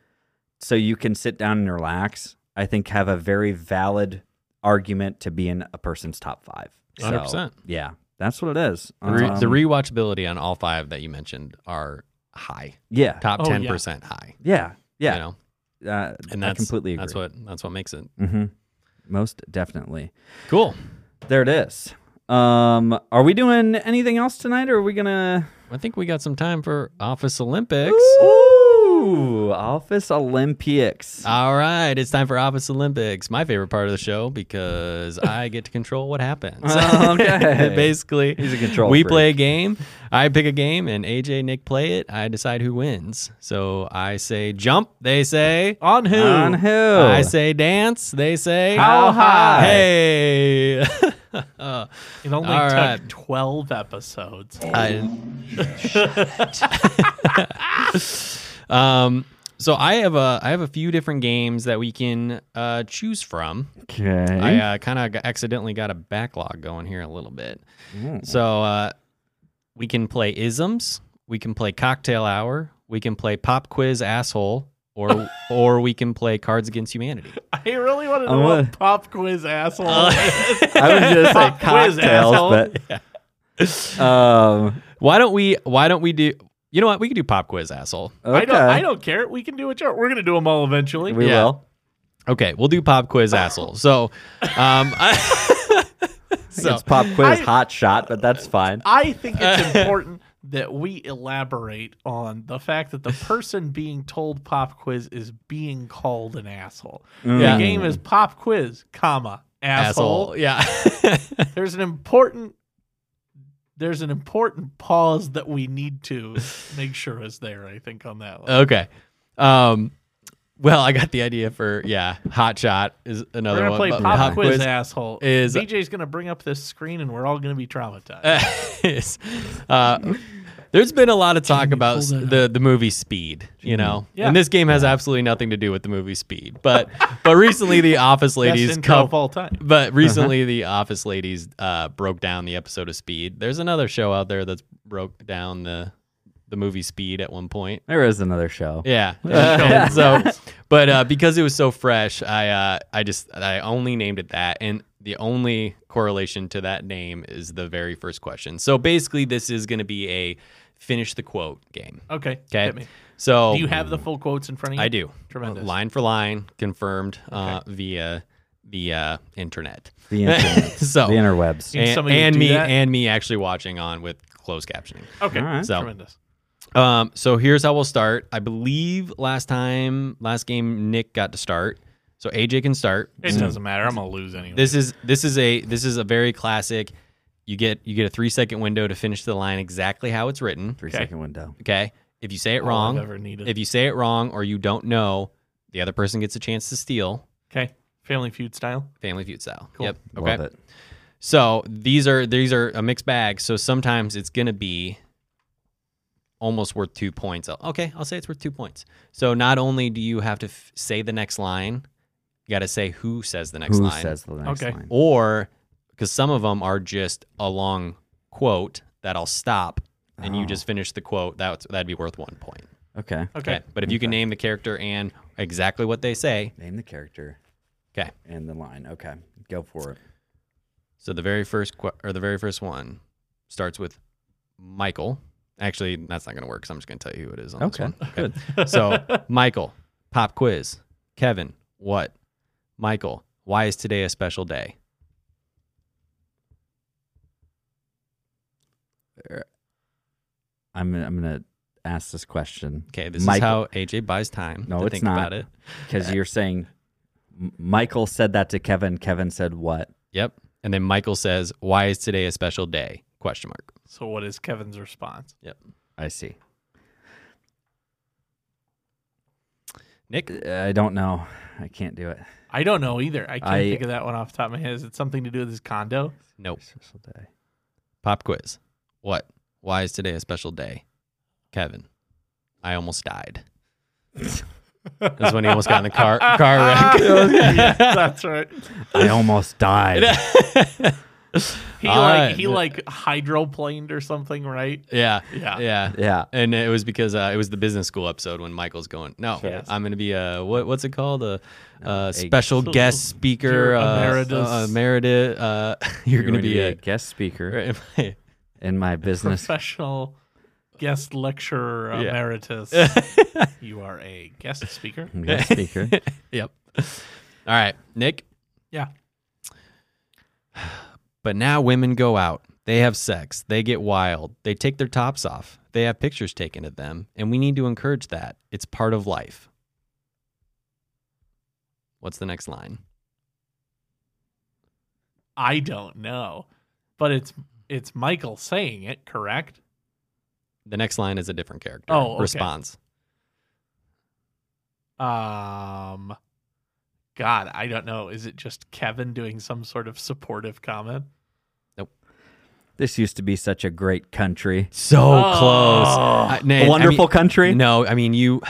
Speaker 2: so you can sit down and relax, I think have a very valid argument to be in a person's top five. So,
Speaker 3: 100%.
Speaker 2: Yeah, that's what it is.
Speaker 3: Re-
Speaker 2: Um,
Speaker 3: the rewatchability on all five that you mentioned are high,
Speaker 2: yeah,
Speaker 3: top
Speaker 1: Oh,
Speaker 3: ten
Speaker 1: yeah.
Speaker 3: percent high.
Speaker 2: yeah, yeah.
Speaker 3: you know,
Speaker 2: uh,
Speaker 3: and
Speaker 2: I
Speaker 3: that's
Speaker 2: completely agree.
Speaker 3: That's what that's what makes it
Speaker 2: hmm Most definitely.
Speaker 3: cool.
Speaker 2: There it is. Um, are we doing anything else tonight, or are we gonna?
Speaker 3: I think we got some time for Office Olympics.
Speaker 2: Ooh, Office Olympics.
Speaker 3: All right, it's time for Office Olympics, my favorite part of the show because I get to control what happens.
Speaker 2: Oh, Okay.
Speaker 3: basically,
Speaker 2: He's a control
Speaker 3: We
Speaker 2: freak.
Speaker 3: play a game. I pick a game, and AJ Nick play it. I decide who wins. So I say jump. They say
Speaker 1: On who?
Speaker 2: On who?
Speaker 3: I say dance. They say
Speaker 2: How high?
Speaker 3: Hey. I,
Speaker 1: It only
Speaker 3: All
Speaker 1: took
Speaker 3: right.
Speaker 1: twelve episodes.
Speaker 3: um. So I have a I have a few different games that we can uh, choose from.
Speaker 2: Okay.
Speaker 3: I
Speaker 2: Mm.
Speaker 3: uh, kind of accidentally got a backlog going here a little bit. So uh, We can play isms. We can play cocktail hour. We can play pop quiz asshole, or or we can play Cards Against Humanity.
Speaker 1: I really want to
Speaker 2: I
Speaker 1: know
Speaker 2: wanna-
Speaker 1: what pop quiz asshole. is.
Speaker 2: I was gonna say
Speaker 1: Pop quiz, asshole.
Speaker 2: cocktails, but um,
Speaker 3: Why don't we? Why don't we do? You know what? We could do pop quiz asshole.
Speaker 2: okay,
Speaker 1: I don't. I don't care. We can do it. We're gonna do them all eventually.
Speaker 2: we
Speaker 3: yeah.
Speaker 2: will.
Speaker 3: Okay, we'll do pop quiz asshole. So, um, I- so
Speaker 2: it's pop quiz
Speaker 1: I-
Speaker 2: hot shot, but that's fine.
Speaker 1: I think it's important that we elaborate on the fact that the person being told pop quiz is being called an asshole.
Speaker 3: Yeah.
Speaker 1: The game is pop quiz, comma asshole.
Speaker 3: Mm. asshole. Yeah.
Speaker 1: There's an important. There's an important pause that we need to make sure is there. I think on that. One.
Speaker 3: okay. Um, well, I got the idea for yeah. Hot shot is
Speaker 1: we're
Speaker 3: another
Speaker 1: gonna
Speaker 3: one.
Speaker 1: play
Speaker 3: but
Speaker 1: pop, quiz, asshole.
Speaker 3: is-
Speaker 1: DJ's gonna bring up this screen and we're all gonna be traumatized.
Speaker 3: is, uh, there's been a lot of talk about s-
Speaker 1: pull that
Speaker 3: the the movie Speed, you know,
Speaker 1: Yeah.
Speaker 3: and this game has absolutely nothing to do with the movie Speed, but but recently the Office
Speaker 1: Best
Speaker 3: ladies
Speaker 1: intro
Speaker 3: cov-
Speaker 1: of all time.
Speaker 3: But recently, the Office ladies uh, broke down the episode of Speed. There's another show out there that's broke down the the movie Speed at one point.
Speaker 2: There is another show.
Speaker 3: Yeah, and so, but uh, because it was so fresh, I uh, I just I only named it that, and the only correlation to that name is the very first question. So basically, this is going to be a finish the quote game.
Speaker 1: Okay.
Speaker 3: Okay,
Speaker 1: hit me.
Speaker 3: so
Speaker 1: Do you have the full quotes in front of you?
Speaker 3: I do.
Speaker 1: Tremendous.
Speaker 3: Line for line, confirmed uh, via the uh, internet.
Speaker 2: The internet,
Speaker 3: so
Speaker 2: the interwebs.
Speaker 1: Seen
Speaker 3: and,
Speaker 1: somebody
Speaker 3: and
Speaker 1: do
Speaker 3: me
Speaker 1: that?
Speaker 3: and me actually watching on with closed captioning.
Speaker 1: Okay.
Speaker 2: All right.
Speaker 3: So-
Speaker 1: Tremendous.
Speaker 3: Um, so here's how we'll start. I believe last time, last game, Nick got to start, so AJ can start.
Speaker 1: It doesn't matter. I'm gonna lose anyway.
Speaker 3: Mm. This is this is a this is a very classic. You get you get a three second window to finish the line exactly how it's written.
Speaker 2: Three
Speaker 1: Okay.
Speaker 2: second window.
Speaker 3: Okay, if you say it
Speaker 1: All I've
Speaker 3: wrong,
Speaker 1: ever needed.
Speaker 3: if you say it wrong or you don't know, the other person gets a chance to steal.
Speaker 1: okay. Family Feud style.
Speaker 3: Family Feud style. Yep. Okay.
Speaker 2: Love it.
Speaker 3: So these are these are a mixed bag. So sometimes it's gonna be almost worth two points. I'll- Okay, I'll say it's worth two points. So not only do you have to f- say the next line, you got to say who says the next
Speaker 2: Who
Speaker 3: line,
Speaker 2: says the next
Speaker 1: Okay.
Speaker 2: line?
Speaker 3: or because some of them are just a long quote that I'll stop and
Speaker 2: Oh.
Speaker 3: you just finish the quote. That's that'd be worth one point.
Speaker 2: Okay.
Speaker 1: Okay.
Speaker 3: but if you can name the character and exactly what they say,
Speaker 2: Name the character
Speaker 3: okay.
Speaker 2: and the line. Okay. Go for it.
Speaker 3: So the very first que- or the very first one starts with Michael. Actually, that's not going to work. So I'm just going to tell you who it is on
Speaker 2: Okay,
Speaker 3: this one. Good. so Michael, pop quiz. Kevin, what? Michael, why is today a special day?
Speaker 2: Uh, I'm gonna, I'm gonna ask this question.
Speaker 3: Okay, this
Speaker 2: Michael-
Speaker 3: is how AJ buys time
Speaker 2: No,
Speaker 3: to
Speaker 2: it's
Speaker 3: think
Speaker 2: not.
Speaker 3: about it.
Speaker 2: because you're saying M- Michael said that to Kevin. Kevin said what?
Speaker 3: Yep. And then Michael says, "Why is today a special day?" Question mark.
Speaker 1: So what is Kevin's response?
Speaker 3: Yep.
Speaker 2: I see.
Speaker 3: Nick,
Speaker 2: Uh, I don't know. I can't do it.
Speaker 1: I don't know either. I can't
Speaker 2: I-
Speaker 1: think of that one off the top of my head. Is it something to do with his condo?
Speaker 3: nope.
Speaker 2: Special day.
Speaker 3: Pop quiz. What? Why is today a special day? Kevin, I almost died. That's when he almost got in the car car wreck.
Speaker 1: That's right.
Speaker 2: I almost died.
Speaker 1: He
Speaker 3: All
Speaker 1: like
Speaker 3: right.
Speaker 1: he like hydroplaned or something, right?
Speaker 3: yeah,
Speaker 1: Yeah.
Speaker 3: yeah,
Speaker 2: yeah.
Speaker 3: And it was because uh, it was the business school episode when Michael's going. No,
Speaker 2: Sure.
Speaker 3: I'm going to be a what? What's it called? A, uh
Speaker 2: a-
Speaker 3: special guest speaker, uh,
Speaker 1: Emeritus.
Speaker 3: uh, emeritus. Uh, you're, going to be a.
Speaker 2: guest speaker
Speaker 3: Right, am I-
Speaker 2: in my business.
Speaker 1: Professional guest lecturer
Speaker 3: Yeah.
Speaker 1: emeritus. you are a guest speaker.
Speaker 2: guest speaker.
Speaker 3: yep. All right, Nick.
Speaker 1: Yeah.
Speaker 3: But now women go out. They have sex. They get wild. They take their tops off. They have pictures taken of them, and we need to encourage that. It's part of life. What's the next line?
Speaker 1: I don't know, but it's it's Michael saying it, correct?
Speaker 3: The next line is a different character.
Speaker 1: Oh, okay.
Speaker 3: response.
Speaker 1: Um, God, I don't know. Is it just Kevin doing some sort of supportive comment?
Speaker 2: This used to be such a great country.
Speaker 3: So
Speaker 1: Oh.
Speaker 3: close. Uh, I- no, I
Speaker 2: a wonderful
Speaker 3: mean-
Speaker 2: country.
Speaker 3: No, I mean you.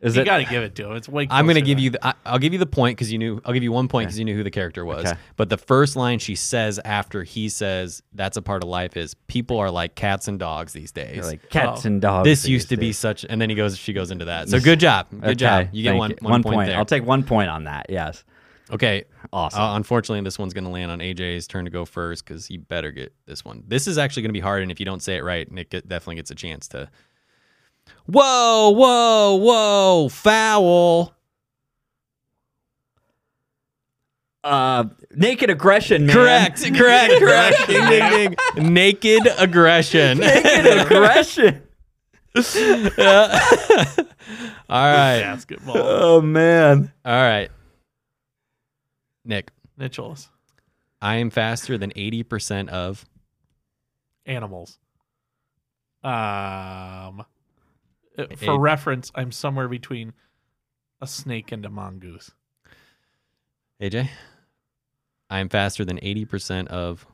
Speaker 2: Is
Speaker 1: you
Speaker 2: it?
Speaker 1: got to give it to him. It's way.
Speaker 3: I'm gonna
Speaker 1: closer
Speaker 3: give
Speaker 1: than-
Speaker 3: you. The, I, I'll give you the point because you knew. I'll give you one point because you knew who the character was.
Speaker 2: Okay.
Speaker 3: But the first line she says after he says that's a part of life is people are like cats and dogs these days.
Speaker 2: like cats and dogs.
Speaker 3: this
Speaker 2: these
Speaker 3: used to be
Speaker 2: days.
Speaker 3: such. And then he goes. She goes into that. So good job. Good job.
Speaker 2: Okay,
Speaker 3: You get
Speaker 2: thank
Speaker 3: one, one
Speaker 2: one
Speaker 3: point, there.
Speaker 2: I'll take one point on that. Yes.
Speaker 3: Okay.
Speaker 2: Awesome.
Speaker 3: Uh, unfortunately, this one's going to land on AJ's turn to go first because he better get this one. This is actually going to be hard, and if you don't say it right, Nick get, definitely gets a chance to. Whoa, whoa, whoa, foul.
Speaker 2: Uh, naked aggression. Man.
Speaker 3: Correct, correct, correct. ding, ding, ding. Naked aggression.
Speaker 2: Naked aggression.
Speaker 3: All right,
Speaker 1: basketball.
Speaker 2: Oh man.
Speaker 3: all right. Nick,
Speaker 1: Mitchell's
Speaker 3: I am faster than 80% of.
Speaker 1: animals. Um, uh, for
Speaker 3: Ape.
Speaker 1: reference, I'm somewhere between a snake and a mongoose.
Speaker 3: AJ, I am faster than 80% of.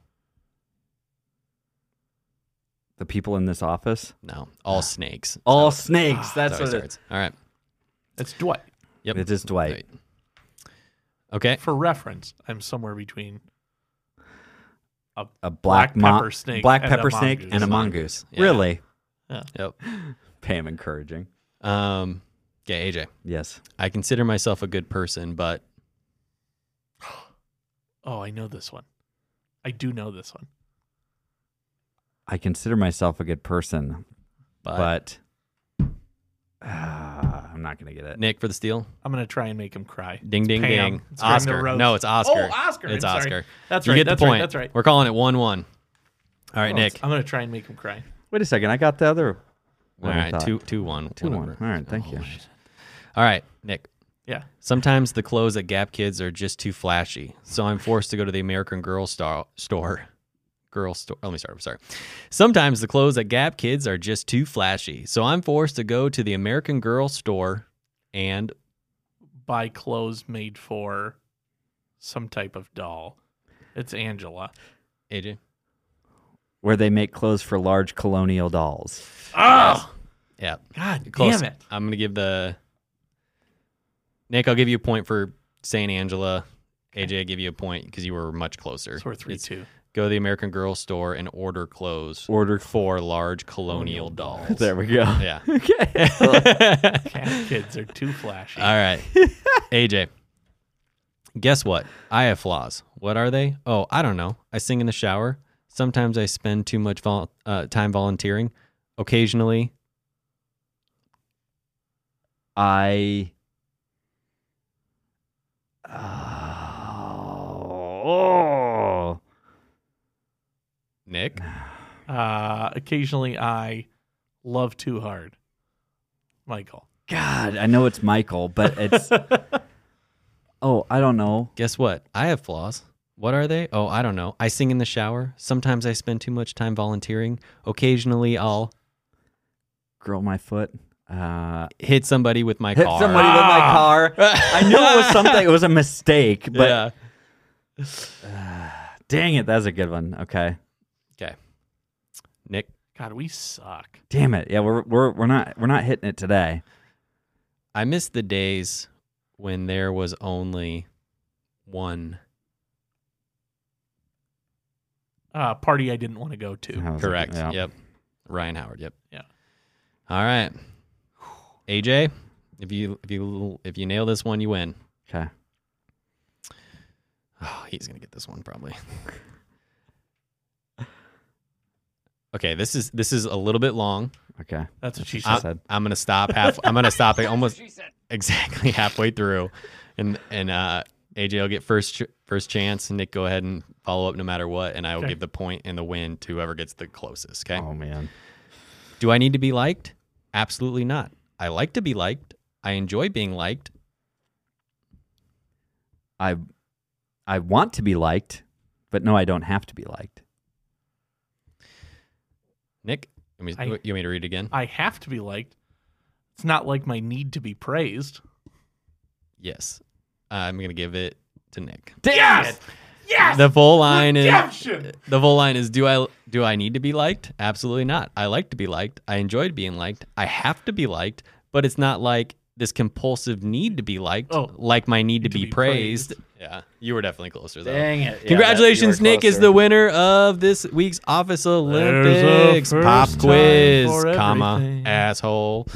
Speaker 2: The people in this office.
Speaker 3: No, all snakes.
Speaker 2: All snakes. That's
Speaker 3: ah, Sorry,
Speaker 2: what
Speaker 3: sorry,
Speaker 2: it is.
Speaker 3: it's- All right.
Speaker 1: It's Dwight.
Speaker 3: Yep.
Speaker 2: It is Dwight.
Speaker 3: Right. Okay.
Speaker 1: For reference, I'm somewhere between
Speaker 2: A black,
Speaker 1: Black
Speaker 2: mo-
Speaker 1: pepper snake
Speaker 2: Black
Speaker 1: and a
Speaker 2: pepper snake
Speaker 1: mongoose.
Speaker 2: and a
Speaker 3: Mongoose.
Speaker 2: mongoose.
Speaker 3: Yeah.
Speaker 2: Really?
Speaker 3: Yep.
Speaker 2: Pam encouraging.
Speaker 3: Um, okay, AJ.
Speaker 2: Yes.
Speaker 3: I consider myself a good person, but
Speaker 1: Oh, I know this one. I do know this one.
Speaker 2: I consider myself a good person,
Speaker 3: but,
Speaker 2: but Ah, I'm not gonna get it.
Speaker 3: Nick for the steal.
Speaker 1: I'm gonna try and make him cry.
Speaker 3: Ding ding
Speaker 1: Pam.
Speaker 3: ding.
Speaker 1: It's Pam the
Speaker 3: Oscar.
Speaker 1: Roach.
Speaker 3: No, it's Oscar.
Speaker 1: Oh, Oscar.
Speaker 3: It's
Speaker 1: I'm sorry.
Speaker 3: Oscar.
Speaker 1: That's
Speaker 3: you
Speaker 1: right.
Speaker 3: get
Speaker 1: That's
Speaker 3: the
Speaker 1: right,
Speaker 3: point.
Speaker 1: that's right.
Speaker 3: We're calling it one one. All right,
Speaker 1: Oh,
Speaker 3: Nick.
Speaker 1: I'm gonna try and make him cry.
Speaker 2: Wait a second. I got the other.
Speaker 3: All
Speaker 2: one I
Speaker 3: right,
Speaker 2: thought.
Speaker 3: two two one.
Speaker 2: Two one.
Speaker 3: over.
Speaker 2: All right. Thank you.
Speaker 3: All right, Nick.
Speaker 1: Yeah.
Speaker 3: Sometimes the clothes at Gap Kids are just too flashy, so I'm forced to go to the American Girl star- store. Girl store. Let me start. I'm sorry. Sometimes the clothes at Gap Kids are just too flashy, so I'm forced to go to the American Girl store and
Speaker 1: Buy clothes made for some type of doll. It's Angela.
Speaker 3: AJ.
Speaker 2: Where they make clothes for large colonial dolls.
Speaker 1: Oh
Speaker 3: Yeah.
Speaker 1: God,
Speaker 3: Close.
Speaker 1: damn it!
Speaker 3: I'm gonna give the Nick. I'll give you a point for saying Angela. AJ, I give you a point because you were much closer.
Speaker 1: So we're three
Speaker 3: It's
Speaker 1: two.
Speaker 3: Go to the American Girl store and order clothes
Speaker 2: Order.
Speaker 3: for large colonial dolls.
Speaker 2: There we go.
Speaker 3: Yeah.
Speaker 2: Okay.
Speaker 1: Cat kids are too flashy.
Speaker 3: All right. AJ. Guess what? I have flaws. What are they? Oh, I don't know. I sing in the shower. Sometimes I spend too much vol- uh, time volunteering. Occasionally,
Speaker 2: I. Oh.
Speaker 3: Nick.
Speaker 1: Uh, occasionally, I love too hard. Michael.
Speaker 2: God, I know it's Michael, but it's. oh, I don't know.
Speaker 3: Guess what? I have flaws. What are they? Oh, I don't know. I sing in the shower. Sometimes I spend too much time volunteering. Occasionally, I'll
Speaker 2: Girl, my foot. Uh,
Speaker 3: hit somebody with my
Speaker 2: hit
Speaker 3: car.
Speaker 2: somebody with my car. I knew it was something. It was a mistake, but
Speaker 3: yeah.
Speaker 2: dang it, that's a good one. Okay,
Speaker 3: Okay. Nick,
Speaker 1: God, we suck.
Speaker 2: damn it. Yeah, we're we're we're not we're not hitting it today.
Speaker 3: I miss the days when there was only one.
Speaker 1: Uh, party I didn't want to go to.
Speaker 2: I was like,
Speaker 3: Correct.
Speaker 2: yeah.
Speaker 3: Yep. Ryan Howard. Yep.
Speaker 1: Yeah.
Speaker 3: All right. AJ, if you if you if you nail this one, you win.
Speaker 2: Okay.
Speaker 3: Oh, he's gonna get this one probably. okay, this is this is a little bit long.
Speaker 2: Okay.
Speaker 1: That's what she
Speaker 2: I-
Speaker 1: said.
Speaker 2: said.
Speaker 3: I'm gonna stop half. I'm gonna stop it almost exactly halfway through, and and uh, AJ will get first ch- first chance, and Nick go ahead and follow up no matter what, and I will
Speaker 1: Okay.
Speaker 3: give the point and the win to whoever gets the closest. Okay.
Speaker 2: Oh man.
Speaker 3: Do I need to be liked? Absolutely not. I like to be liked. I enjoy being liked.
Speaker 2: I I want to be liked, but no, I don't have to be liked.
Speaker 3: Nick, you want me,
Speaker 1: I-
Speaker 3: you want me to read it again?
Speaker 1: I have to be liked. It's not like my need to be praised.
Speaker 3: yes. I'm gonna give it to Nick.
Speaker 1: Yes. Yes.
Speaker 3: The full line is.
Speaker 1: Redemption!
Speaker 3: the full line is do I do I need to be liked? Absolutely not. I like to be liked. I enjoyed being liked. I have to be liked, but it's not like this compulsive need to be liked,
Speaker 1: Oh.
Speaker 3: like my need to,
Speaker 1: To
Speaker 3: be,
Speaker 1: be
Speaker 3: praised. Yeah, you were definitely closer though.
Speaker 2: Dang it.
Speaker 3: Congratulations, Nick is the winner of this week's Office
Speaker 1: a
Speaker 3: Olympics
Speaker 1: first
Speaker 3: pop
Speaker 1: time
Speaker 3: quiz,
Speaker 1: for
Speaker 3: comma,
Speaker 1: everything.
Speaker 3: asshole.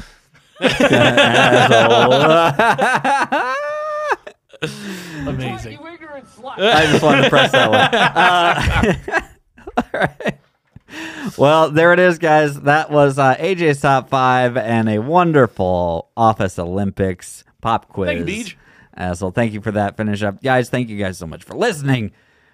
Speaker 1: Amazing.
Speaker 2: I just wanted to press that one. Uh, all right. Well, there it is, guys. That was uh, AJ's top five and a wonderful Office Olympics pop quiz.
Speaker 1: Thank you, Deej.
Speaker 2: Uh, so thank you for that finish up. Guys, thank you guys so much for listening.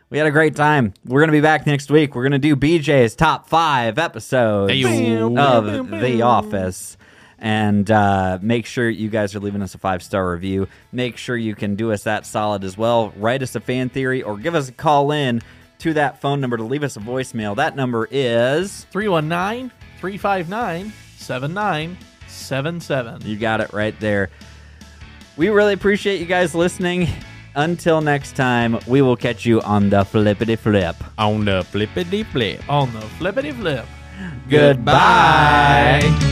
Speaker 2: We had a great time. We're going to be back next week. We're going to do BJ's top five episodes
Speaker 3: Ayo.
Speaker 2: of The Office. And uh, make sure you guys are leaving us a five star review. Make sure you can do us that solid as well. Write us a fan theory or give us a call in to that phone number to leave us a voicemail. That number is.
Speaker 1: 319 359 7977.
Speaker 2: You got it right there. We really appreciate you guys listening. Until next time, we will catch you on the flippity flip.
Speaker 3: On the flippity flip.
Speaker 1: On the flippity flip.
Speaker 2: Goodbye.